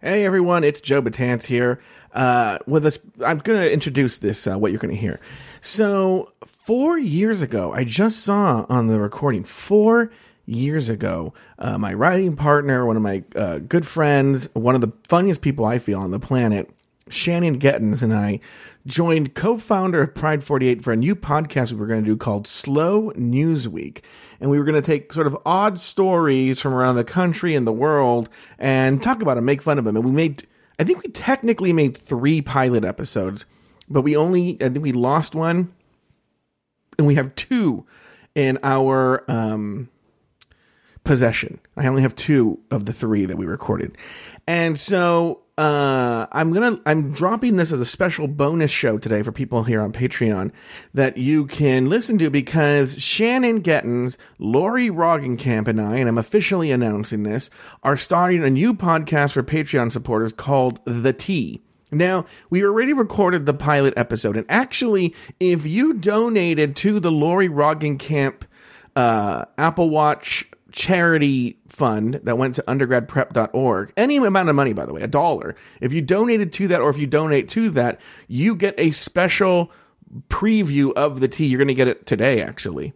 Hey everyone, it's Joe Batance here. Uh, with us, I'm going to introduce this uh, what you're going to hear. So four years ago, I just saw on the recording four years ago, uh, my writing partner, one of my uh, good friends, one of the funniest people I feel on the planet, Shannon Gettins and I joined co-founder of Pride 48 for a new podcast we were going to do called Slow News Week. And we were going to take sort of odd stories from around the country and the world and talk about them, make fun of them. And we made, I think we technically made three pilot episodes, but we only, I think we lost one and we have two in our, um, possession. I only have two of the three that we recorded, and so uh, I'm gonna I'm dropping this as a special bonus show today for people here on Patreon that you can listen to because Shannon Gettins, Lori Roggenkamp, and I, and I'm officially announcing this, are starting a new podcast for Patreon supporters called The Tea. Now, we already recorded the pilot episode, and actually, if you donated to the Lori Roggenkamp uh, Apple Watch charity fund that went to undergradprep.org. Any amount of money, by the way, a dollar. If you donated to that or if you donate to that, you get a special preview of the tea. You're going to get it today, actually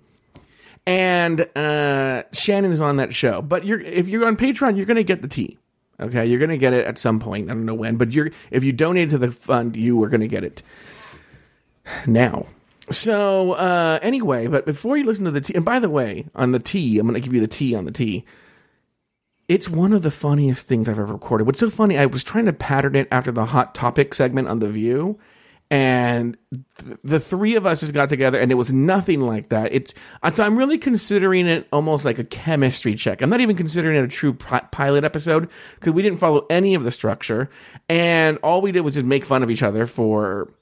and uh, Shannon is on that show. But you're if you're on Patreon, you're going to get the tea. Okay, you're going to get it at some point. I don't know when, but you're if you donate to the fund, you are going to get it now. So uh, anyway, but before you listen to the tea, and by the way, on the tea, I'm going to give you the tea on the tea. It's one of the funniest things I've ever recorded. What's so funny? I was trying to pattern it after the hot topic segment on the View, and th- the three of us just got together, and it was nothing like that. It's uh, so I'm really considering it almost like a chemistry check. I'm not even considering it a true pi- pilot episode because we didn't follow any of the structure, and all we did was just make fun of each other for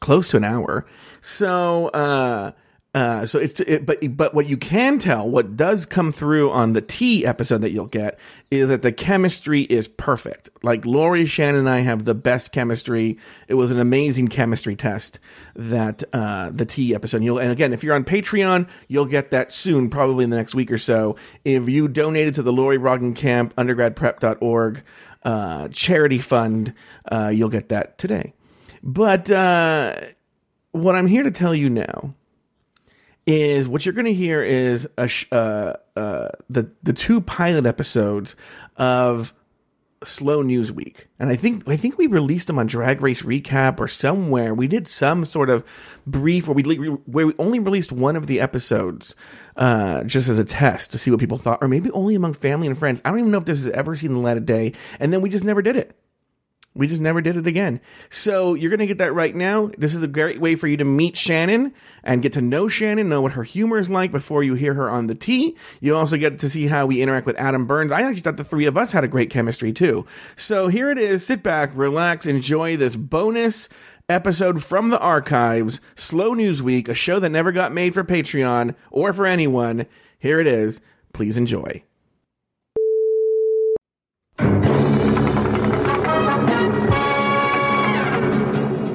close to an hour. So, uh, uh, so it's it, but but what you can tell, what does come through on the T episode that you'll get is that the chemistry is perfect. Like Lori, Shannon, and I have the best chemistry. It was an amazing chemistry test that uh, the T episode. You'll and again, if you're on Patreon, you'll get that soon, probably in the next week or so. If you donated to the Lori Roggen Camp undergradprep.org uh, charity fund, uh, you'll get that today. But uh, what I'm here to tell you now is what you're going to hear is a sh- uh, uh, the the two pilot episodes of Slow News Week, and I think I think we released them on Drag Race Recap or somewhere. We did some sort of brief where we le- where we only released one of the episodes uh, just as a test to see what people thought, or maybe only among family and friends. I don't even know if this has ever seen the light of day, and then we just never did it. We just never did it again. So you're going to get that right now. This is a great way for you to meet Shannon and get to know Shannon, know what her humor is like before you hear her on the T. You also get to see how we interact with Adam Burns. I actually thought the three of us had a great chemistry too. So here it is. Sit back, relax, enjoy this bonus episode from the archives, Slow News Week, a show that never got made for Patreon or for anyone. Here it is. Please enjoy.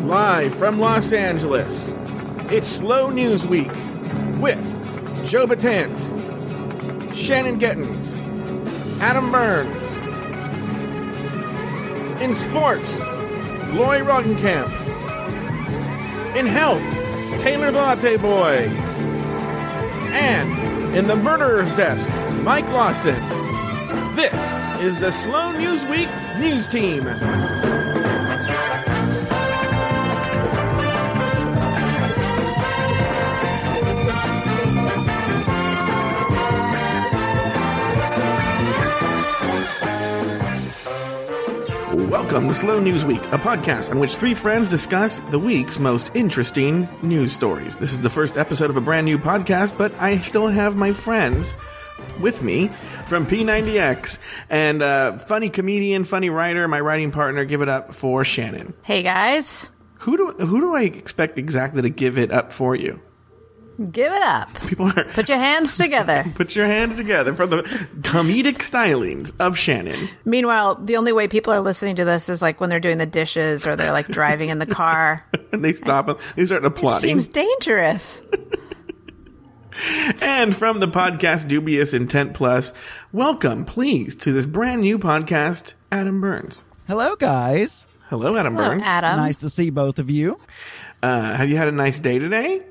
Live from Los Angeles, it's Slow News Week with Joe Batance, Shannon Gettins, Adam Burns. In sports, Lori Roggenkamp. In health, Taylor the Latte Boy. And in the murderer's desk, Mike Lawson. This is the Slow News Week news team. Welcome to Slow News Week, a podcast on which three friends discuss the week's most interesting news stories. This is the first episode of a brand new podcast, but I still have my friends with me from P90X and uh, funny comedian, funny writer, my writing partner. Give it up for Shannon. Hey guys, Who do who do I expect exactly to give it up for you? give it up. People are. Put your hands together. Put your hands together for the comedic stylings of Shannon. Meanwhile, the only way people are listening to this is like when they're doing the dishes or they're like driving in the car. And they stop. They start applauding. Seems dangerous. And from the podcast Dubious Intent Plus, welcome, please, to this brand new podcast Adam Burns. Hello, guys. Hello, Adam Hello, Burns. Adam. nice to see both of you. Uh, have you had a nice day today?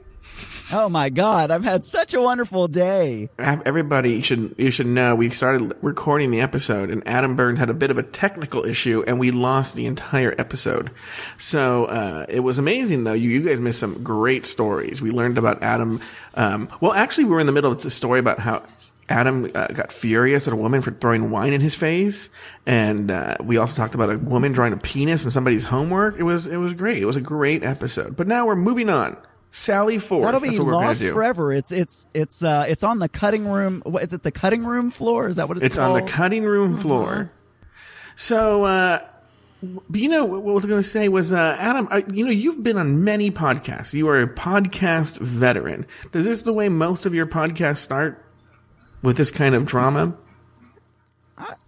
Oh my God, I've had such a wonderful day. Have- Everybody should you should know we started recording the episode and Adam Burns had a bit of a technical issue and we lost the entire episode. So uh, it was amazing though. You, you guys missed some great stories. We learned about Adam. Um, well, actually, we were in the middle of a story about how Adam uh, got furious at a woman for throwing wine in his face, and uh, we also talked about a woman drawing a penis in somebody's homework. It was it was great. It was a great episode. But now we're moving on. Sally Ford. That'll be That's what we're gonna lost do. forever. It's it's it's uh it's on the cutting room. What is it? The cutting room floor? Is that what it's, It's called? on the cutting room floor. So, uh, but you know what I was going to say was, uh, Adam, I, you know, you've been on many podcasts. You are a podcast veteran. Does this the way most of your podcasts start with this kind of drama?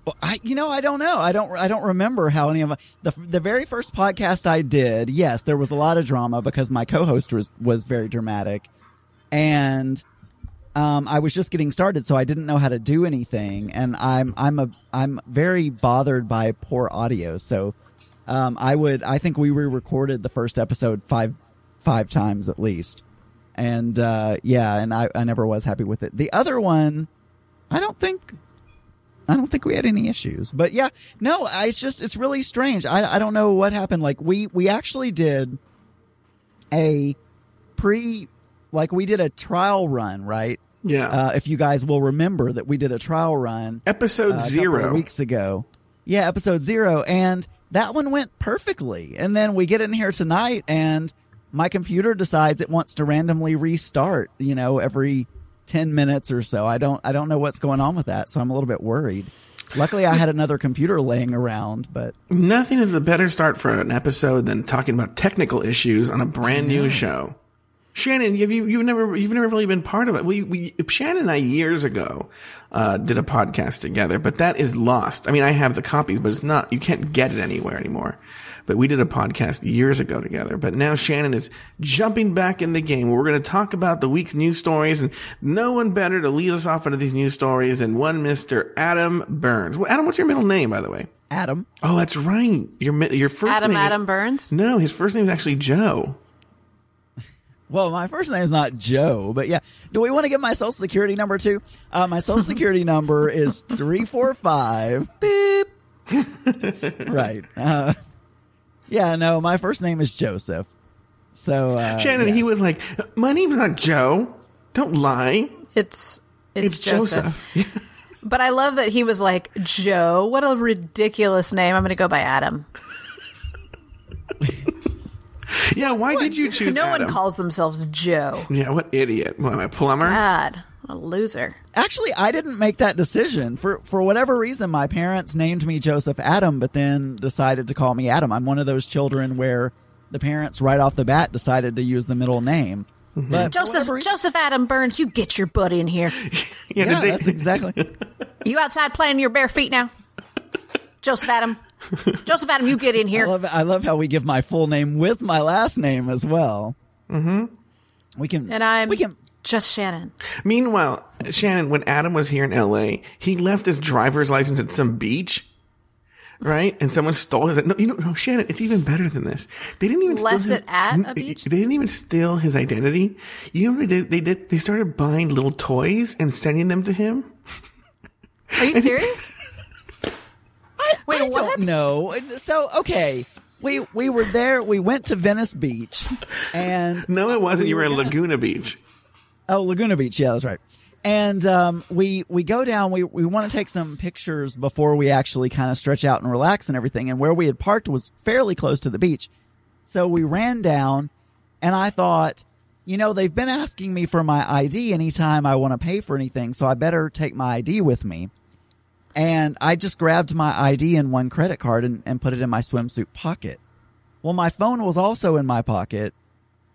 Well, I, you know, I don't know. I don't. I don't remember how any of the the very first podcast I did. Yes, there was a lot of drama because my co-host was was very dramatic, and um, I was just getting started, so I didn't know how to do anything. And I'm I'm a I'm very bothered by poor audio. So um, I would I think we re-recorded the first episode five five times at least, and uh, yeah, and I I never was happy with it. The other one, I don't think I don't think we had any issues. But yeah, no, I, it's just it's really strange. I I don't know what happened. Like we we actually did a pre like we did a trial run, right? Yeah. Uh, if you guys will remember that we did a trial run Episode uh, a couple of zero. weeks ago. Yeah, episode zero, and that one went perfectly. And then we get in here tonight, and my computer decides it wants to randomly restart. You know, every ten minutes or so. I don't, I don't know what's going on with that, so I'm a little bit worried. Luckily, I had another computer laying around, but Nothing is a better start for an episode than talking about technical issues on a brand new show. Shannon, have you you've never you've never really been part of it. We we Shannon and I years ago uh, did a podcast together, but that is lost. I mean, I have the copies, but it's not you can't get it anywhere anymore. But we did a podcast years ago together. But now Shannon is jumping back in the game. We're going to talk about the week's news stories, and no one better to lead us off into these news stories than one Mister Adam Burns. Well, Adam, what's your middle name, by the way? Adam, Oh, that's right. Your mi- your first Adam name. Adam Burns. No, his first name is actually Joe. Well, my first name is not Joe, but yeah. Do we want to give my social security number too? Uh, my social security number is three four five. Beep. right. Uh, yeah. No, my first name is Joseph. So uh, Shannon, he yes. was like, "My name's not Joe. Don't lie. It's it's, It's, Joseph. Joseph." But I love that he was like Joe. What a ridiculous name. I'm going to go by Adam. Yeah, why did you choose? no Adam? one calls themselves Joe. Yeah, what idiot? What am I, a plumber? God, what a loser. actually I didn't make that decision for for whatever reason. My parents named me Joseph Adam, but then decided to call me Adam. I'm one of those children where the parents right off the bat decided to use the middle name. Mm-hmm. But for Joseph whatever reason- Joseph Adam Burns, you get your butt in here. yeah, did yeah, they- that's exactly. You outside playing in your bare feet now? Joseph Adam. Joseph Adam, you get in I here. love, I love how we give my full name with my last name as well. Mm-hmm. We can, And I'm we can. just Shannon. Meanwhile, Shannon, when Adam was here in L.A., he left his driver's license at some beach. Right, and someone stole his. No, you know, no, Shannon. It's even better than this. They didn't even steal Left his- it at a beach? They didn't even steal his identity. You know what they did? They did. They started buying little toys and sending them to him. Are you serious? Wait, I what? don't know. So okay, we we were there. We went to Venice Beach, and No, it wasn't. You were in gonna- Laguna Beach. Oh, Laguna Beach. Yeah, that's right. And um, we we go down. We we want to take some pictures before we actually kind of stretch out and relax and everything. And where we had parked was fairly close to the beach, so we ran down. And I thought, you know, they've been asking me for my ID anytime I want to pay for anything, so I better take my ID with me. And I just grabbed my ID and one credit card and, and put it in my swimsuit pocket. Well, my phone was also in my pocket,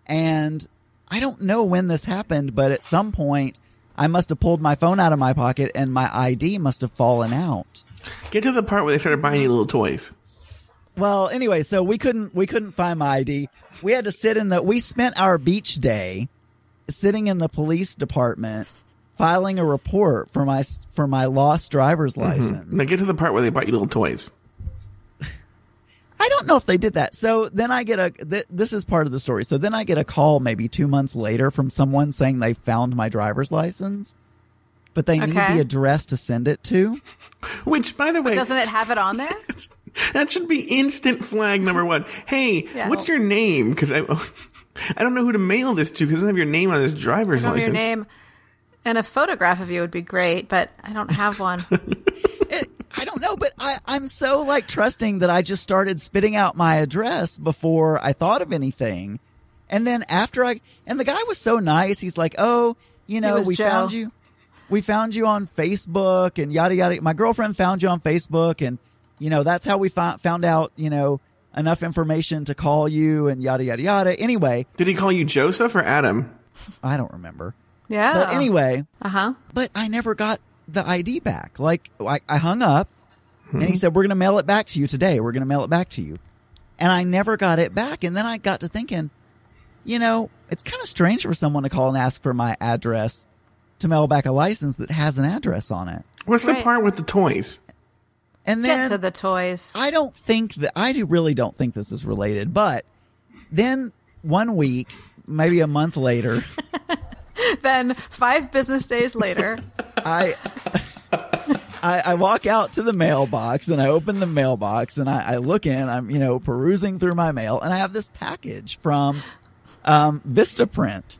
and I don't know when this happened, but at some point I must have pulled my phone out of my pocket and my ID must have fallen out. Get to the part where they started buying you little toys. Well, anyway, so we couldn't we couldn't find my ID. We had to sit in the we spent our beach day sitting in the police department filing a report for my for my lost driver's license. Now get to the part where they bought you little toys. I don't know if they did that. So then I get a, th- this is part of the story. So then I get a call maybe two months later from someone saying they found my driver's license, but they need Okay. the address to send it to. Which, by the way, Doesn't it have it on there? that should be instant flag number one. Hey, Yeah. what's your name? Because I, I don't know who to mail this to because I don't have your name on this driver's From license. your name. And a photograph of you would be great, but I don't have one. It, I don't know, but I, I'm so like trusting that I just started spitting out my address before I thought of anything. And then after I, and the guy was so nice. He's like, Oh, you know, was we Joe. found you, we found you on Facebook and yada, yada. My girlfriend found you on Facebook and, you know, that's how we fi- found out, you know, enough information to call you and yada, yada, yada. Anyway, Did he call you Joseph or Adam? I don't remember. Yeah. But anyway, Uh huh. but I never got the ID back. Like I, I hung up and he said, we're going to mail it back to you today. We're going to mail it back to you. And I never got it back. And then I got to thinking, you know, it's kind of strange for someone to call and ask for my address to mail back a license that has an address on it. What's the Right. part with the toys? And Get then to the toys. I don't think that I do really don't think this is related, but then one week, maybe a month later, Then five business days later, I, I I walk out to the mailbox and I open the mailbox and I, I look in. I'm you know perusing through my mail and I have this package from um, Vistaprint,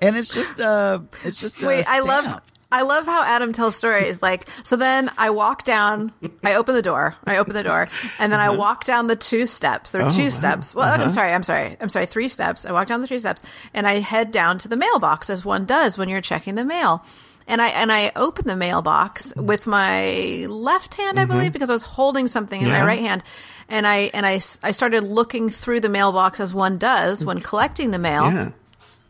and it's just uh it's just a Wait, I love stamp. I love how Adam tells stories like so then I walk down I open the door. I open the door and then I walk down the two steps. There are two Uh-huh. Oh, wow. Uh-huh. steps. Well, I'm sorry, I'm sorry. I'm sorry, three steps. I walk down the three steps and I head down to the mailbox as one does when you're checking the mail. And I and I open the mailbox with my left hand, I believe, because I was holding something in Mm-hmm. Yeah. my right hand. And I and I, s- I started looking through the mailbox as one does when collecting the mail. Yeah.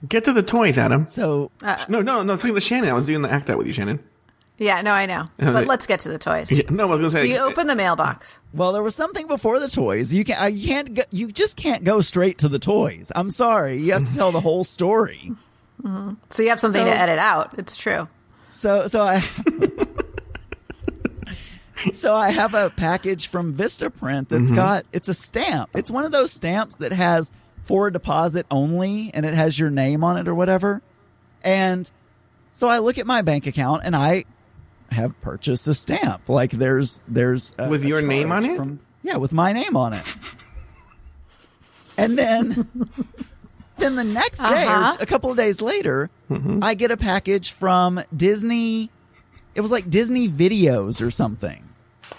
Get to the toys, Adam. So Uh. No, no, no. I was talking to Shannon. I was doing the act out with you, Shannon. Yeah, no, I know. right. But let's get to the toys. Uh, Yeah, no, I was going to So say. you open the mailbox. well, there was something before the toys. You can not you can't go, you just can't go straight to the toys. I'm sorry, you have to tell the whole story. So you have something So- to edit out. It's true. So so I So I have a package from Vistaprint that's Mm-hmm. got it's a stamp. It's one of those stamps that has for deposit only and it has your name on it or whatever. And so I look at my bank account and I have purchased a stamp. Like there's there's a, With a your name charge on it? yeah, with my name on it. And then then the next day, Uh-huh. or a couple of days later, I get a package from Disney. It was like Disney videos or something.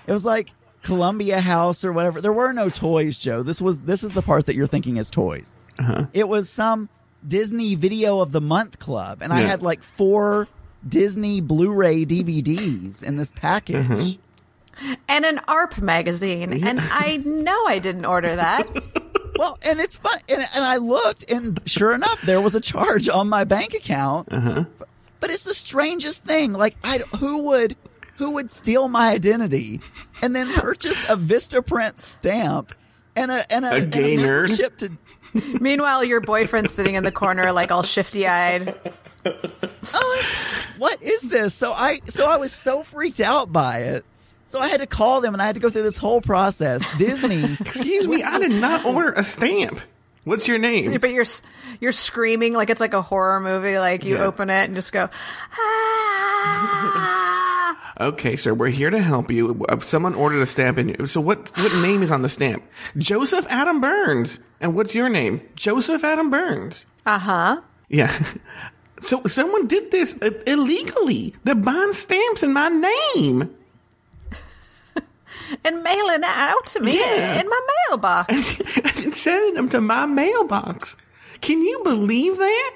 It was like Columbia House or whatever. There were no toys, Joe. This was this is the part that you're thinking is toys. It was some Disney Video of the Month Club, and I Yeah. had like four Disney Blu-ray DVDs in this package. And an ARP magazine. And I know I didn't order that. Well, and it's fun. And, and I looked, and sure enough, there was a charge on my bank account. But it's the strangest thing. Like, I don't- who would who would steal my identity and then purchase a Vistaprint stamp and a and a, A gay and a nerd? membership to? Meanwhile, your boyfriend's sitting in the corner, like all shifty eyed. Oh, it's- what is this? So I so I was so freaked out by it. So I had to call them, and I had to go through this whole process. Disney, Excuse me, I did not order a stamp. What's your name? But you're s- you're screaming like it's like a horror movie. Like you Yeah. open it and just go, ah. Okay, sir, we're here to help you. Uh, Someone ordered a stamp, and so what? What name is on the stamp? Joseph Adam Burns. And what's your name? Joseph Adam Burns. Uh huh. Yeah. So someone did this uh, illegally. They're buying stamps in my name. And mailing it out to me Yeah. in my mailbox. and sending them to my mailbox. Can you believe that?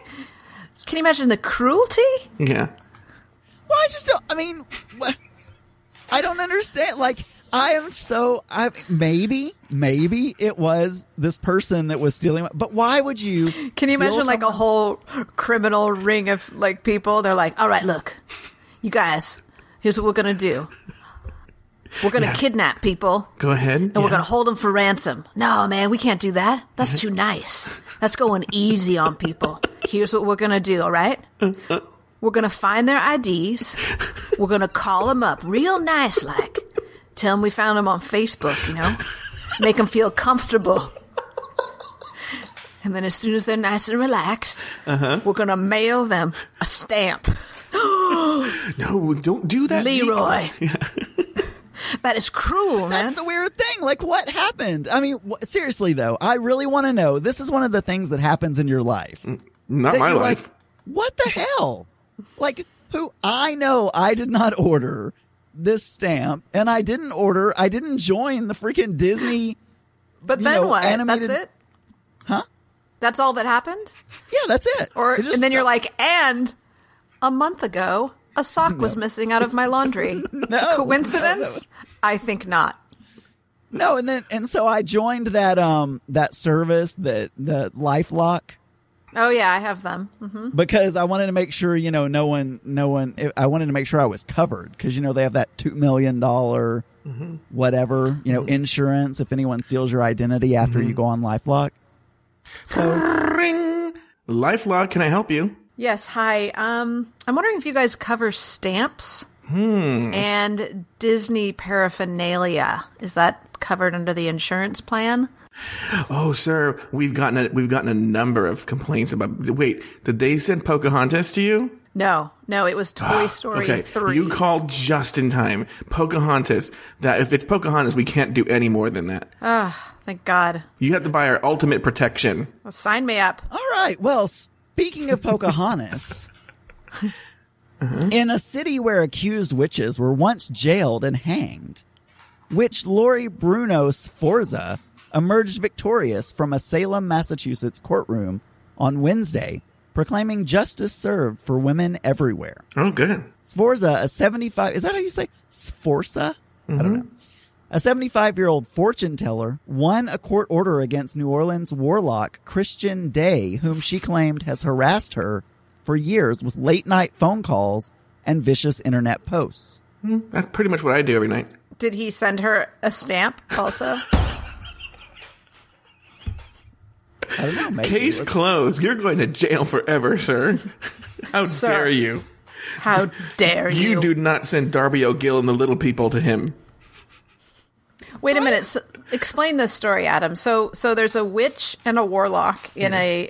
Can you imagine the cruelty? Yeah. Well, I just don't. I mean, wha- I don't understand. Like, I am so. I maybe, maybe it was this person that was stealing. my- But why would you? Can you steal imagine like a someone's- whole criminal ring of like people? They're like, all right, look, you guys, here's what we're gonna do. We're gonna Yeah. kidnap people and Go ahead. And we're gonna hold them for ransom. No, man, we can't do that. That's too nice. That's going easy on people. Here's what we're gonna do. All right, we're gonna find their IDs. We're gonna call them up real nice, like, tell them we found them on Facebook. You know. make them feel comfortable. And then, as soon as they're nice and relaxed, we're going to mail them a stamp. No, don't do that, Leroy. that is cruel, man. That's the weird thing. Like, what happened? I mean, wh- seriously though, I really want to know. This is one of the things that happens in your life. Not that Mm, my you're life. Like, what the hell? Like, who I know I did not order this stamp, and I didn't order. I didn't join the freaking Disney. but you then know, what? animated- That's it? Huh? That's all that happened? Yeah, that's it. Or It just- and then you're like, and a month ago, a sock was missing out of my laundry. no. Coincidence? I think not. No, and then and so I joined that um that service that the LifeLock Oh yeah, I have them. Mhm. because I wanted to make sure you know no one no one eh, I wanted to make sure I was covered because you know they have that two million whatever you know insurance if anyone steals your identity after you go on LifeLock. So Ring. LifeLock, can I help you? Yes, hi. Um, I'm wondering if you guys cover stamps Hmm. and Disney paraphernalia. Is that covered under the insurance plan? Oh, sir, we've gotten a, we've gotten a number of complaints about. Wait, did they send Pocahontas to you? No, no, it was Ah, Toy Story okay, three. you called just in time. Pocahontas. That if it's Pocahontas, we can't do any more than that. Thank God. You have to buy our ultimate protection. Well, sign me up. all right, well speaking of Pocahontas. In a city where accused witches were once jailed and hanged, witch Lori Bruno Sforza emerged victorious from a Salem, Massachusetts courtroom on Wednesday, proclaiming justice served for women everywhere. Oh, good. Sforza, a 75, is that how you say Sforza? I don't know. A 75 year old fortune teller won a court order against New Orleans warlock Christian Day, whom she claimed has harassed her for years with late night phone calls and vicious internet posts. That's pretty much what I do every night. Did he send her a stamp also? I don't know, maybe. Case closed. You're going to jail forever, sir. How Sir. dare you? How dare you? you? do not send Darby O'Gill and the little people to him. Wait a minute. So, explain this story, Adam. So, so there's a witch and a warlock in a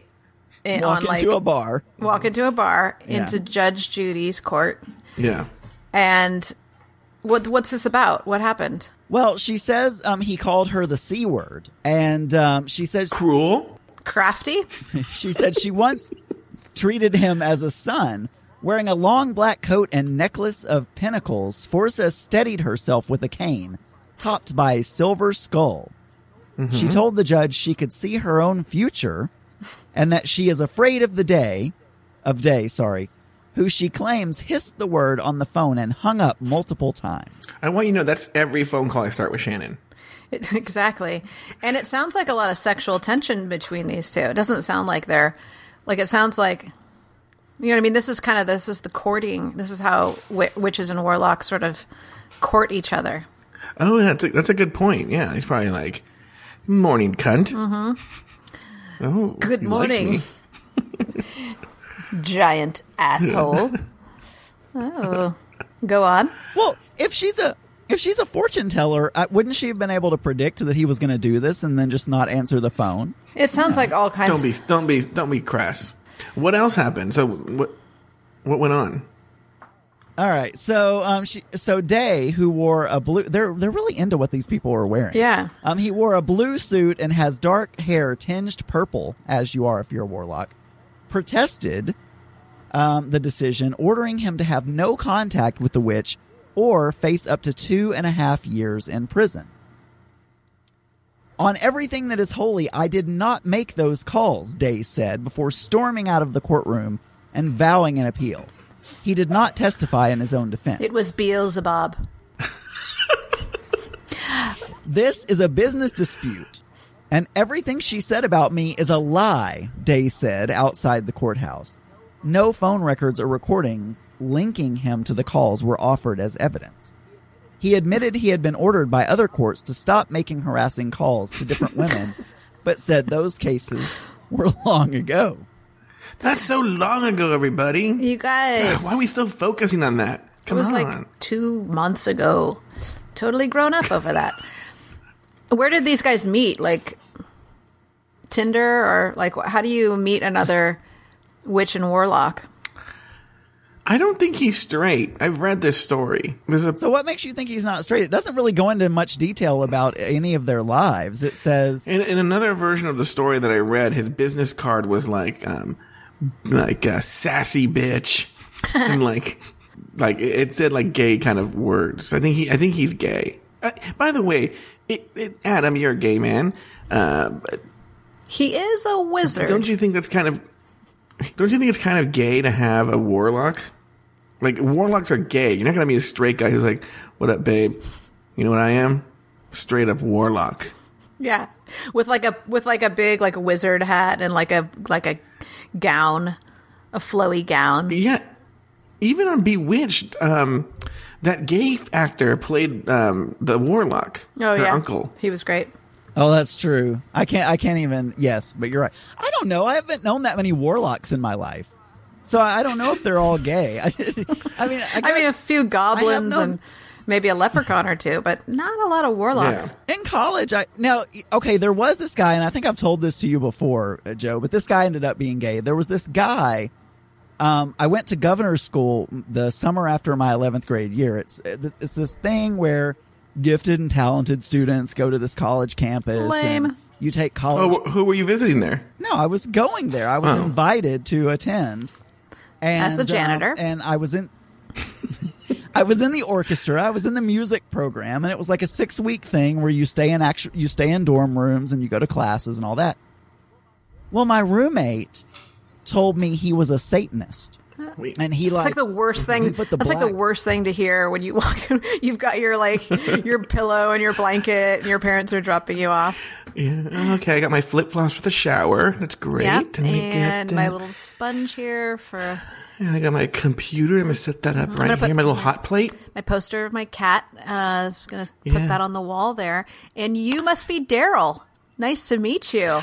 in, walk on like into a bar. walk into a bar Yeah. into Judge Judy's court, Yeah. and what what's this about? What happened? Well, she says um, he called her the c word, and um, she says Cruel. Crafty? she said she once treated him as a son. Wearing a long black coat and necklace of pinnacles, Forza steadied herself with a cane, topped by a silver skull. She told the judge she could see her own future and that she is afraid of the day, of day, sorry, who she claims hissed the word on the phone and hung up multiple times. I want you to know that's every phone call I start with Shannon. exactly. And it sounds like a lot of sexual tension between these two. It doesn't sound like they're like it sounds like you know what I mean. This is kind of this is the courting. This is how wi- witches and warlocks sort of court each other. Oh, that's a, that's a good point. Yeah, he's probably like, morning cunt. Mm-hmm. Oh, Mm-hmm. Good he likes morning, me. giant asshole. oh, go on. Well, if she's a if she's a fortune teller, uh, wouldn't she have been able to predict that he was going to do this and then just not answer the phone? It sounds like all kinds. Don't be, don't be, don't be crass. What else happened? So what, what went on? All right, so um, she so Day, who wore a blue, they're they're really into what these people are wearing. Yeah. Um, he wore a blue suit and has dark hair tinged purple, as you are if you're a warlock. Protested um, the decision, ordering him to have no contact with the witch or face up to two and a half years in prison. On everything that is holy, I did not make those calls, Day said before storming out of the courtroom and vowing an appeal. He did not testify in his own defense. It was Beelzebub. This is a business dispute, and everything she said about me is a lie, Day said outside the courthouse. No phone records or recordings linking him to the calls were offered as evidence. He admitted he had been ordered by other courts to stop making harassing calls to different women, but said those cases were long ago. That's so long ago, everybody. You guys, Why are we still focusing on that? It Come was on. like two months ago. Totally grown up over that. Where did these guys meet? Like Tinder or like wh- how do you meet another witch and warlock? I don't think he's straight. I've read this story. There's a So what makes you think he's not straight? It doesn't really go into much detail about any of their lives. It says In, in another version of the story that I read, his business card was like, um, like uh, sassy bitch, and like, like it it said like gay kind of words. I think he, I think he's gay. Uh, by the way, it, it, Adam, you're a gay man. Uh, but He is a wizard. don't you think that's kind of, don't you think it's kind of gay to have a warlock? Like warlocks are gay. You're not gonna meet a straight guy who's like, "What up, babe? You know what I am? Straight up warlock." Yeah, with like a with like a big like wizard hat and like a like a gown, a flowy gown. Yeah, even on Bewitched, um, that gay actor played um, the warlock, Oh her yeah, uncle. He was great. Oh, that's true. I can't. I can't even. Yes, but you're right. I don't know. I haven't known that many warlocks in my life, so I I don't know if they're all gay. I, I mean, I I, mean, a guess few goblins known- and maybe a leprechaun or two, but not a lot of warlocks. in college, I now okay. There was this guy, and I think I've told this to you before, uh, Joe. But this guy ended up being gay. There was this guy. Um, I went to governor's school the summer after my 11th grade year. It's it's, it's this thing where gifted and talented students go to this college campus. and Lame. you take college Oh, wh- who were you visiting there? No, I was going there. I was Oh. invited to attend. And, As the uh, janitor. and I was in I was in the orchestra. I was in the music program and it was like a 6-week thing where you stay in actu- you stay in dorm rooms and you go to classes and all that. Well, my roommate told me he was a satanist. Wait. And he It's like, like the worst thing. But the that's like the black- worst thing to hear when you walk. in- You've got your like your pillow and your blanket, and your parents are dropping you off. Yeah, oh, okay, I got my flip flops for the shower. That's great. Yep. Let me get and my that. little sponge here for and I got my computer. I'm gonna set that up right gonna here. put- my little hot plate. my poster of my cat. Uh, is gonna Yeah. put that on the wall there. And you must be Daryl. Nice to meet you.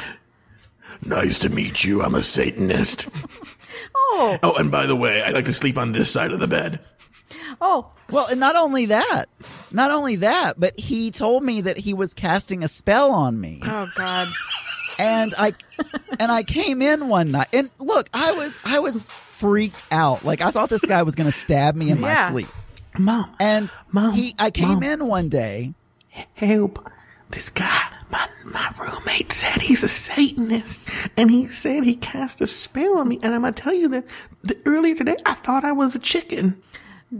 Nice to meet you. I'm a Satanist. Oh, oh, and by the way, I like to sleep on this side of the bed. oh, Well, and not only that. Not only that, but he told me that he was casting a spell on me. oh, God. and I and I came in one night and look, I was I was freaked out. Like I thought this guy was going to stab me in Yeah. my sleep. Mom, And Mom, he I came Mom. in one day. help. This guy, my, my roommate said he's a Satanist, and he said he cast a spell on me. And I'm gonna tell you that the, earlier today, I thought I was a chicken.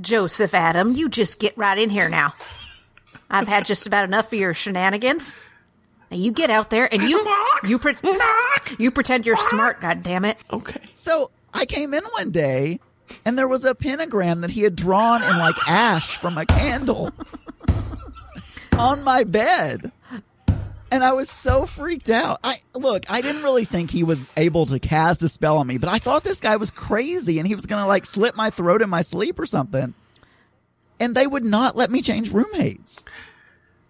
Joseph Adam, you just get right in here now. I've had just about enough of your shenanigans. Now you get out there and you Knock, you pre- knock. you pretend you're smart. God damn it! Okay. So I came in one day and there was a pentagram that he had drawn in like ash from a candle on my bed. And I was so freaked out. I look, I didn't really think he was able to cast a spell on me, but I thought this guy was crazy and he was going to like slit my throat in my sleep or something. And they would not let me change roommates.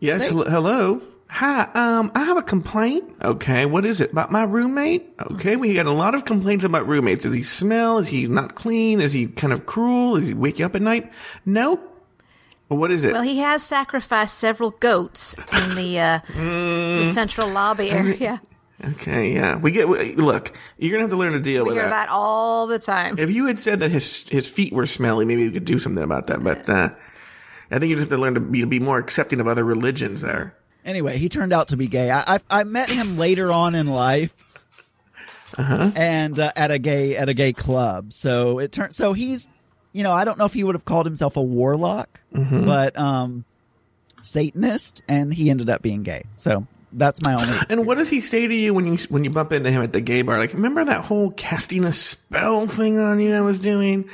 Yes. hel- hello. Hi. Um, I have a complaint. Okay. What is it about my roommate? Okay. We got a lot of complaints about roommates. Does he smell? Is he not clean? Is he kind of cruel? Does he wake you up at night? Nope. What is it? Well, he has sacrificed several goats in the, uh, the central lobby area. okay. Yeah. We get. we- Look, you're gonna have to learn to deal We with hear that all the time. If you had said that his his feet were smelly, maybe we could do something about that. But uh, I think you just have to learn to be, be more accepting of other religions. There, Anyway, he turned out to be gay. I I, I met him later on in life, and uh, at a gay at a gay club. So it turned. So he's, you know, I don't know if he would have called himself a warlock, but um, Satanist, and he ended up being gay. So that's my only. and what does he say to you when you when you bump into him at the gay bar? Like, remember that whole casting a spell thing on you I was doing? I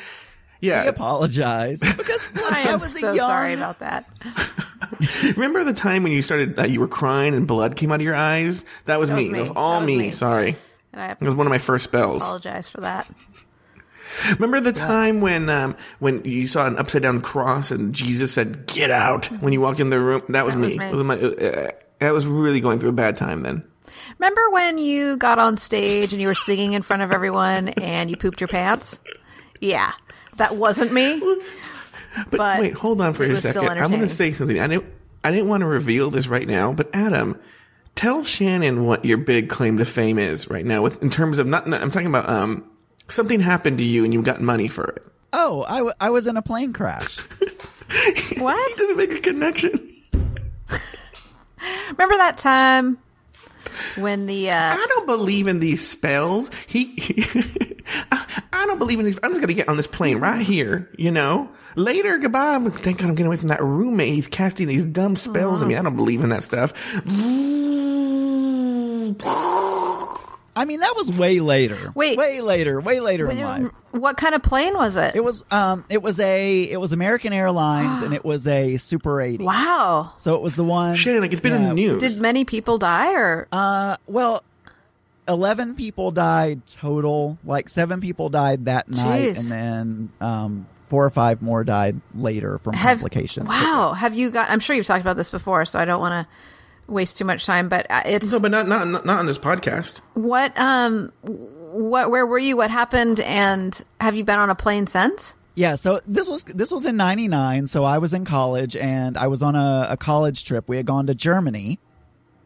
Yeah, apologize because look, I I am was a so young- sorry about that. remember the time when you started uh, you were crying and blood came out of your eyes? That was, was me. That me. was all That was me. me. Sorry, it And I was one of my first spells. apologize for that. Remember the time when um, when you saw an upside down cross and Jesus said, "Get out!" When you walked in the room, that was That me. was me. It was my- uh, that was really going through a bad time then. Remember when you got on stage and you were singing in front of everyone and you pooped your pants? Yeah, that wasn't me. But, But wait, hold on for it a was still second. I'm going to entertaining. say something. I know I didn't want to reveal this right now, but Adam, tell Shannon what your big claim to fame is right now with in terms of not, not I'm talking about um something happened to you and you got money for it. Oh, I, w- I was in a plane crash. He What? doesn't make a connection. Remember that time when the uh, I don't believe in these spells. He, I, I don't believe in these. I'm just gonna get on this plane right here. You know, later. Goodbye. I'm- Thank God I'm getting away from that roommate. He's casting these dumb spells on me. I don't believe in that stuff. I mean, that was way later. Wait. way later, way later in life. what kind of plane was it? It was um, it was a it was American Airlines, and it was a Super 80. wow. So it was the one. Shannon, like it's been in the Yeah. news. Did many people die or Uh, well, eleven people died total. Like seven people died that night, Jeez. and then um, four or five more died later from have complications. Wow, have you got I'm sure you've talked about this before, so I don't want to waste too much time, but uh, it's no, but not not not on this podcast. what um what where were you? What happened and have you been on a plane since? Yeah, so this was this was in '99. So I was in college, and I was on a, a college trip. We had gone to Germany,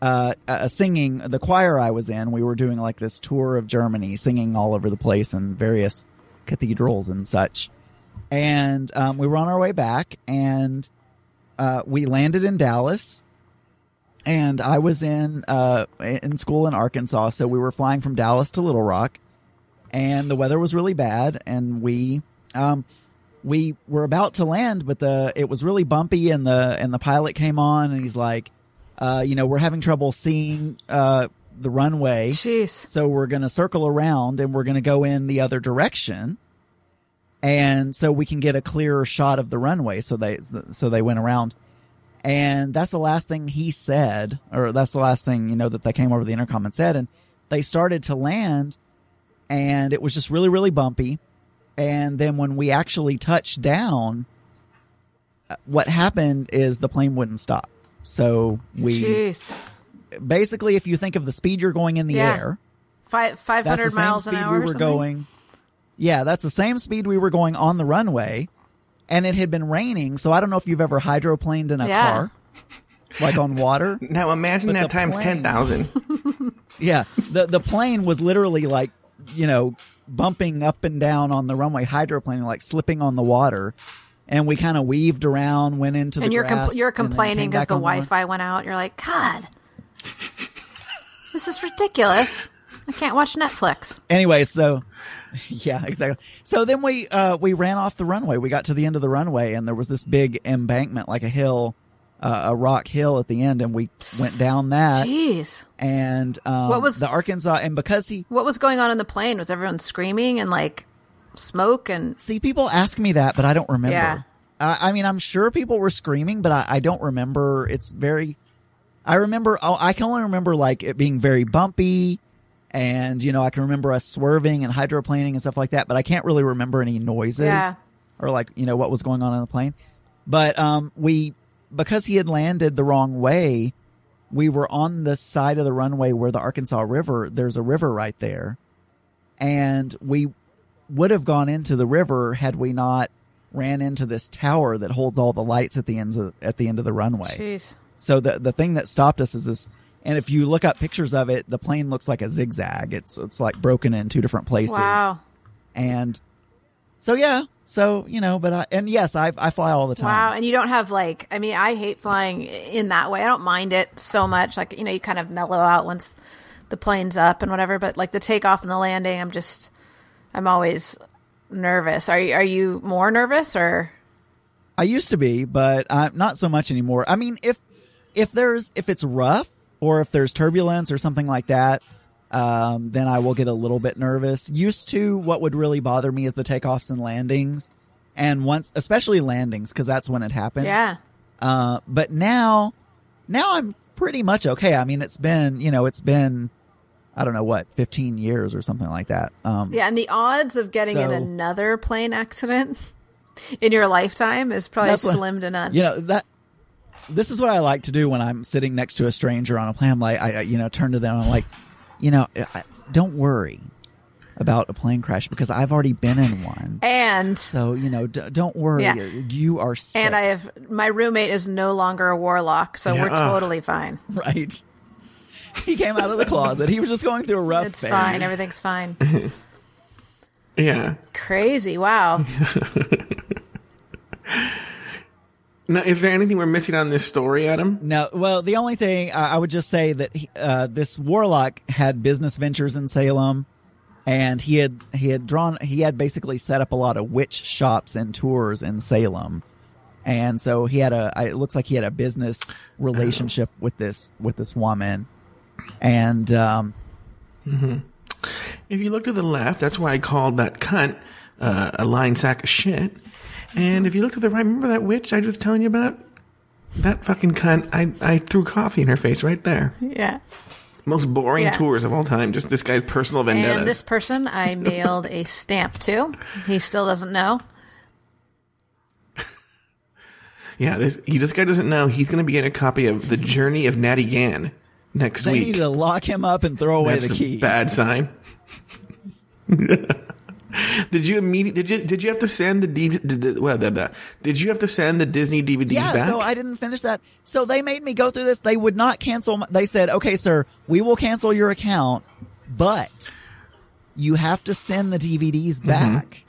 uh, uh, singing the choir I was in. We were doing like this tour of Germany, singing all over the place in various cathedrals and such. And um, we were on our way back, and uh, we landed in Dallas. And I was in uh, in school in Arkansas, so we were flying from Dallas to Little Rock and the weather was really bad and we um we were about to land but the it was really bumpy and the and the pilot came on and he's like uh you know we're having trouble seeing uh the runway Jeez. so we're going to circle around and we're going to go in the other direction. And so we can get a clearer shot of the runway. So they, so they went around. And that's the last thing he said, or that's the last thing, you know, that they came over the intercom and said. And they started to land and it was just really, really bumpy. And then when we actually touched down, uh, what happened is the plane wouldn't stop. So we Jeez. basically, if you think of the speed you're going in the Yeah. air, Five, that's the 500 same miles an speed hour we or were something? going. Yeah, that's the same speed we were going on the runway, and it had been raining. So I don't know if you've ever hydroplaned in a Yeah. car, like on water. Now imagine that the times plane- ten thousand. Yeah, the the plane was literally like you know bumping up and down on the runway, hydroplaning, like slipping on the water. And we kind of weaved around, went into the and you're grass, compl- you're and then came complaining because back the on run- Wi-Fi went out. You're like, God, this is ridiculous. I can't watch Netflix. anyway, so yeah, exactly. So then we uh we ran off the runway. We got to the end of the runway and there was this big embankment like a hill, uh, a rock hill at the end and we went down that Jeez, and um What was- the Arkansas and because he what was going on in the plane? Was everyone screaming and like smoke and See, people ask me that, but I don't remember. Yeah. I, I mean, I'm sure people were screaming, but I, I don't remember. It's very. I remember. oh, I can only remember like it being very bumpy, and you know, I can remember us swerving and hydroplaning and stuff like that. But I can't really remember any noises Yeah. or like you know what was going on in the plane. But um, we because he had landed the wrong way, we were on the side of the runway where the Arkansas River. There's a river right there, and we would have gone into the river had we not ran into this tower that holds all the lights at the ends of, at the end of the runway. jeez. So the the thing that stopped us is this. And if you look up pictures of it, the plane looks like a zigzag. It's it's like broken in two different places. Wow, And so yeah, so you know, but I and yes, I I fly all the time. wow. And you don't have like, I mean, I hate flying in that way. I don't mind it so much. Like, you know, you kind of mellow out once the plane's up and whatever. But like the takeoff and the landing, I'm just, I'm always nervous. Are you, are you more nervous or? I used to be, but I'm not so much anymore. I mean, if if there's if it's rough or if there's turbulence or something like that, um, then I will get a little bit nervous. Used to, what would really bother me is the takeoffs and landings, and once, especially landings, because that's when it happened. Yeah. Uh, but now, now I'm pretty much okay. I mean, it's been you know, it's been I don't know what 15 years or something like that. Um, Yeah, and the odds of getting in So- another plane accident in your lifetime is probably That's what- slim to none. you know that this is what I like to do when I'm sitting next to a stranger on a plane. I'm like, I, I you know, turn to them. I'm like, you know, I, I- don't worry. about a plane crash because I've already been in one. And So you know, d- don't worry. Yeah. You're- You are safe. and I have my roommate is no longer a warlock, so Yeah, we're ugh. totally fine. right. He came out of the closet. He was just going through a rough It's phase. fine. Everything's fine. Yeah. Crazy. Wow. Now, is there anything we're missing on this story, Adam? No, well, the only thing uh, I would just say that he, uh, this warlock had business ventures in Salem, and he had he had drawn he had basically set up a lot of witch shops and tours in Salem, and so he had a I- it looks like he had a business relationship Oh. with this with this woman, and um, If you look to the left, that's why I called that cunt uh, a lying sack of shit. And if you look to the right, remember that witch I was telling you about? That fucking cunt. I, I threw coffee in her face right there. Yeah. Most boring Yeah. tours of all time. Just this guy's personal vendettas. And this person I mailed a stamp to. He still doesn't know. yeah, this, he, this guy doesn't know he's going to be getting a copy of The Journey of Natty Gann next they week. needed to lock him up and throw away That's the a key. Bad sign. did you immediately did you did you have to send the D, did, did- well, blah, blah. did you have to send the Disney DVDs Yeah, back? so I didn't finish that. So they made me go through this. They would not cancel. My, they said, "Okay, sir, we will cancel your account, but you have to send the DVDs back,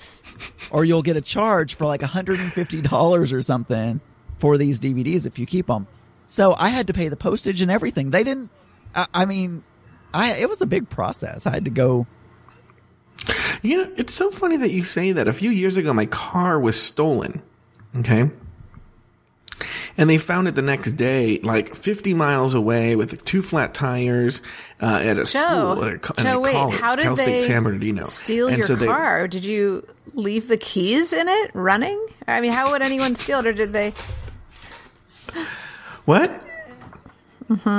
or you'll get a charge for like $150 or something for these DVDs if you keep them." So I had to pay the postage and everything. They didn't. I, I mean, I it was a big process. I had to go. You know, it's so funny that you say that. A few years ago, my car was stolen. Okay. And they found it the next day, like 50 miles away with two flat tires uh, at a Joe, school. At a, co- and Joe, a wait, college, how did Cal they State San Bernardino. steal And your so they- car? Did you leave the keys in it running? I mean, how would anyone steal it? Or did they? What? Mm-hmm.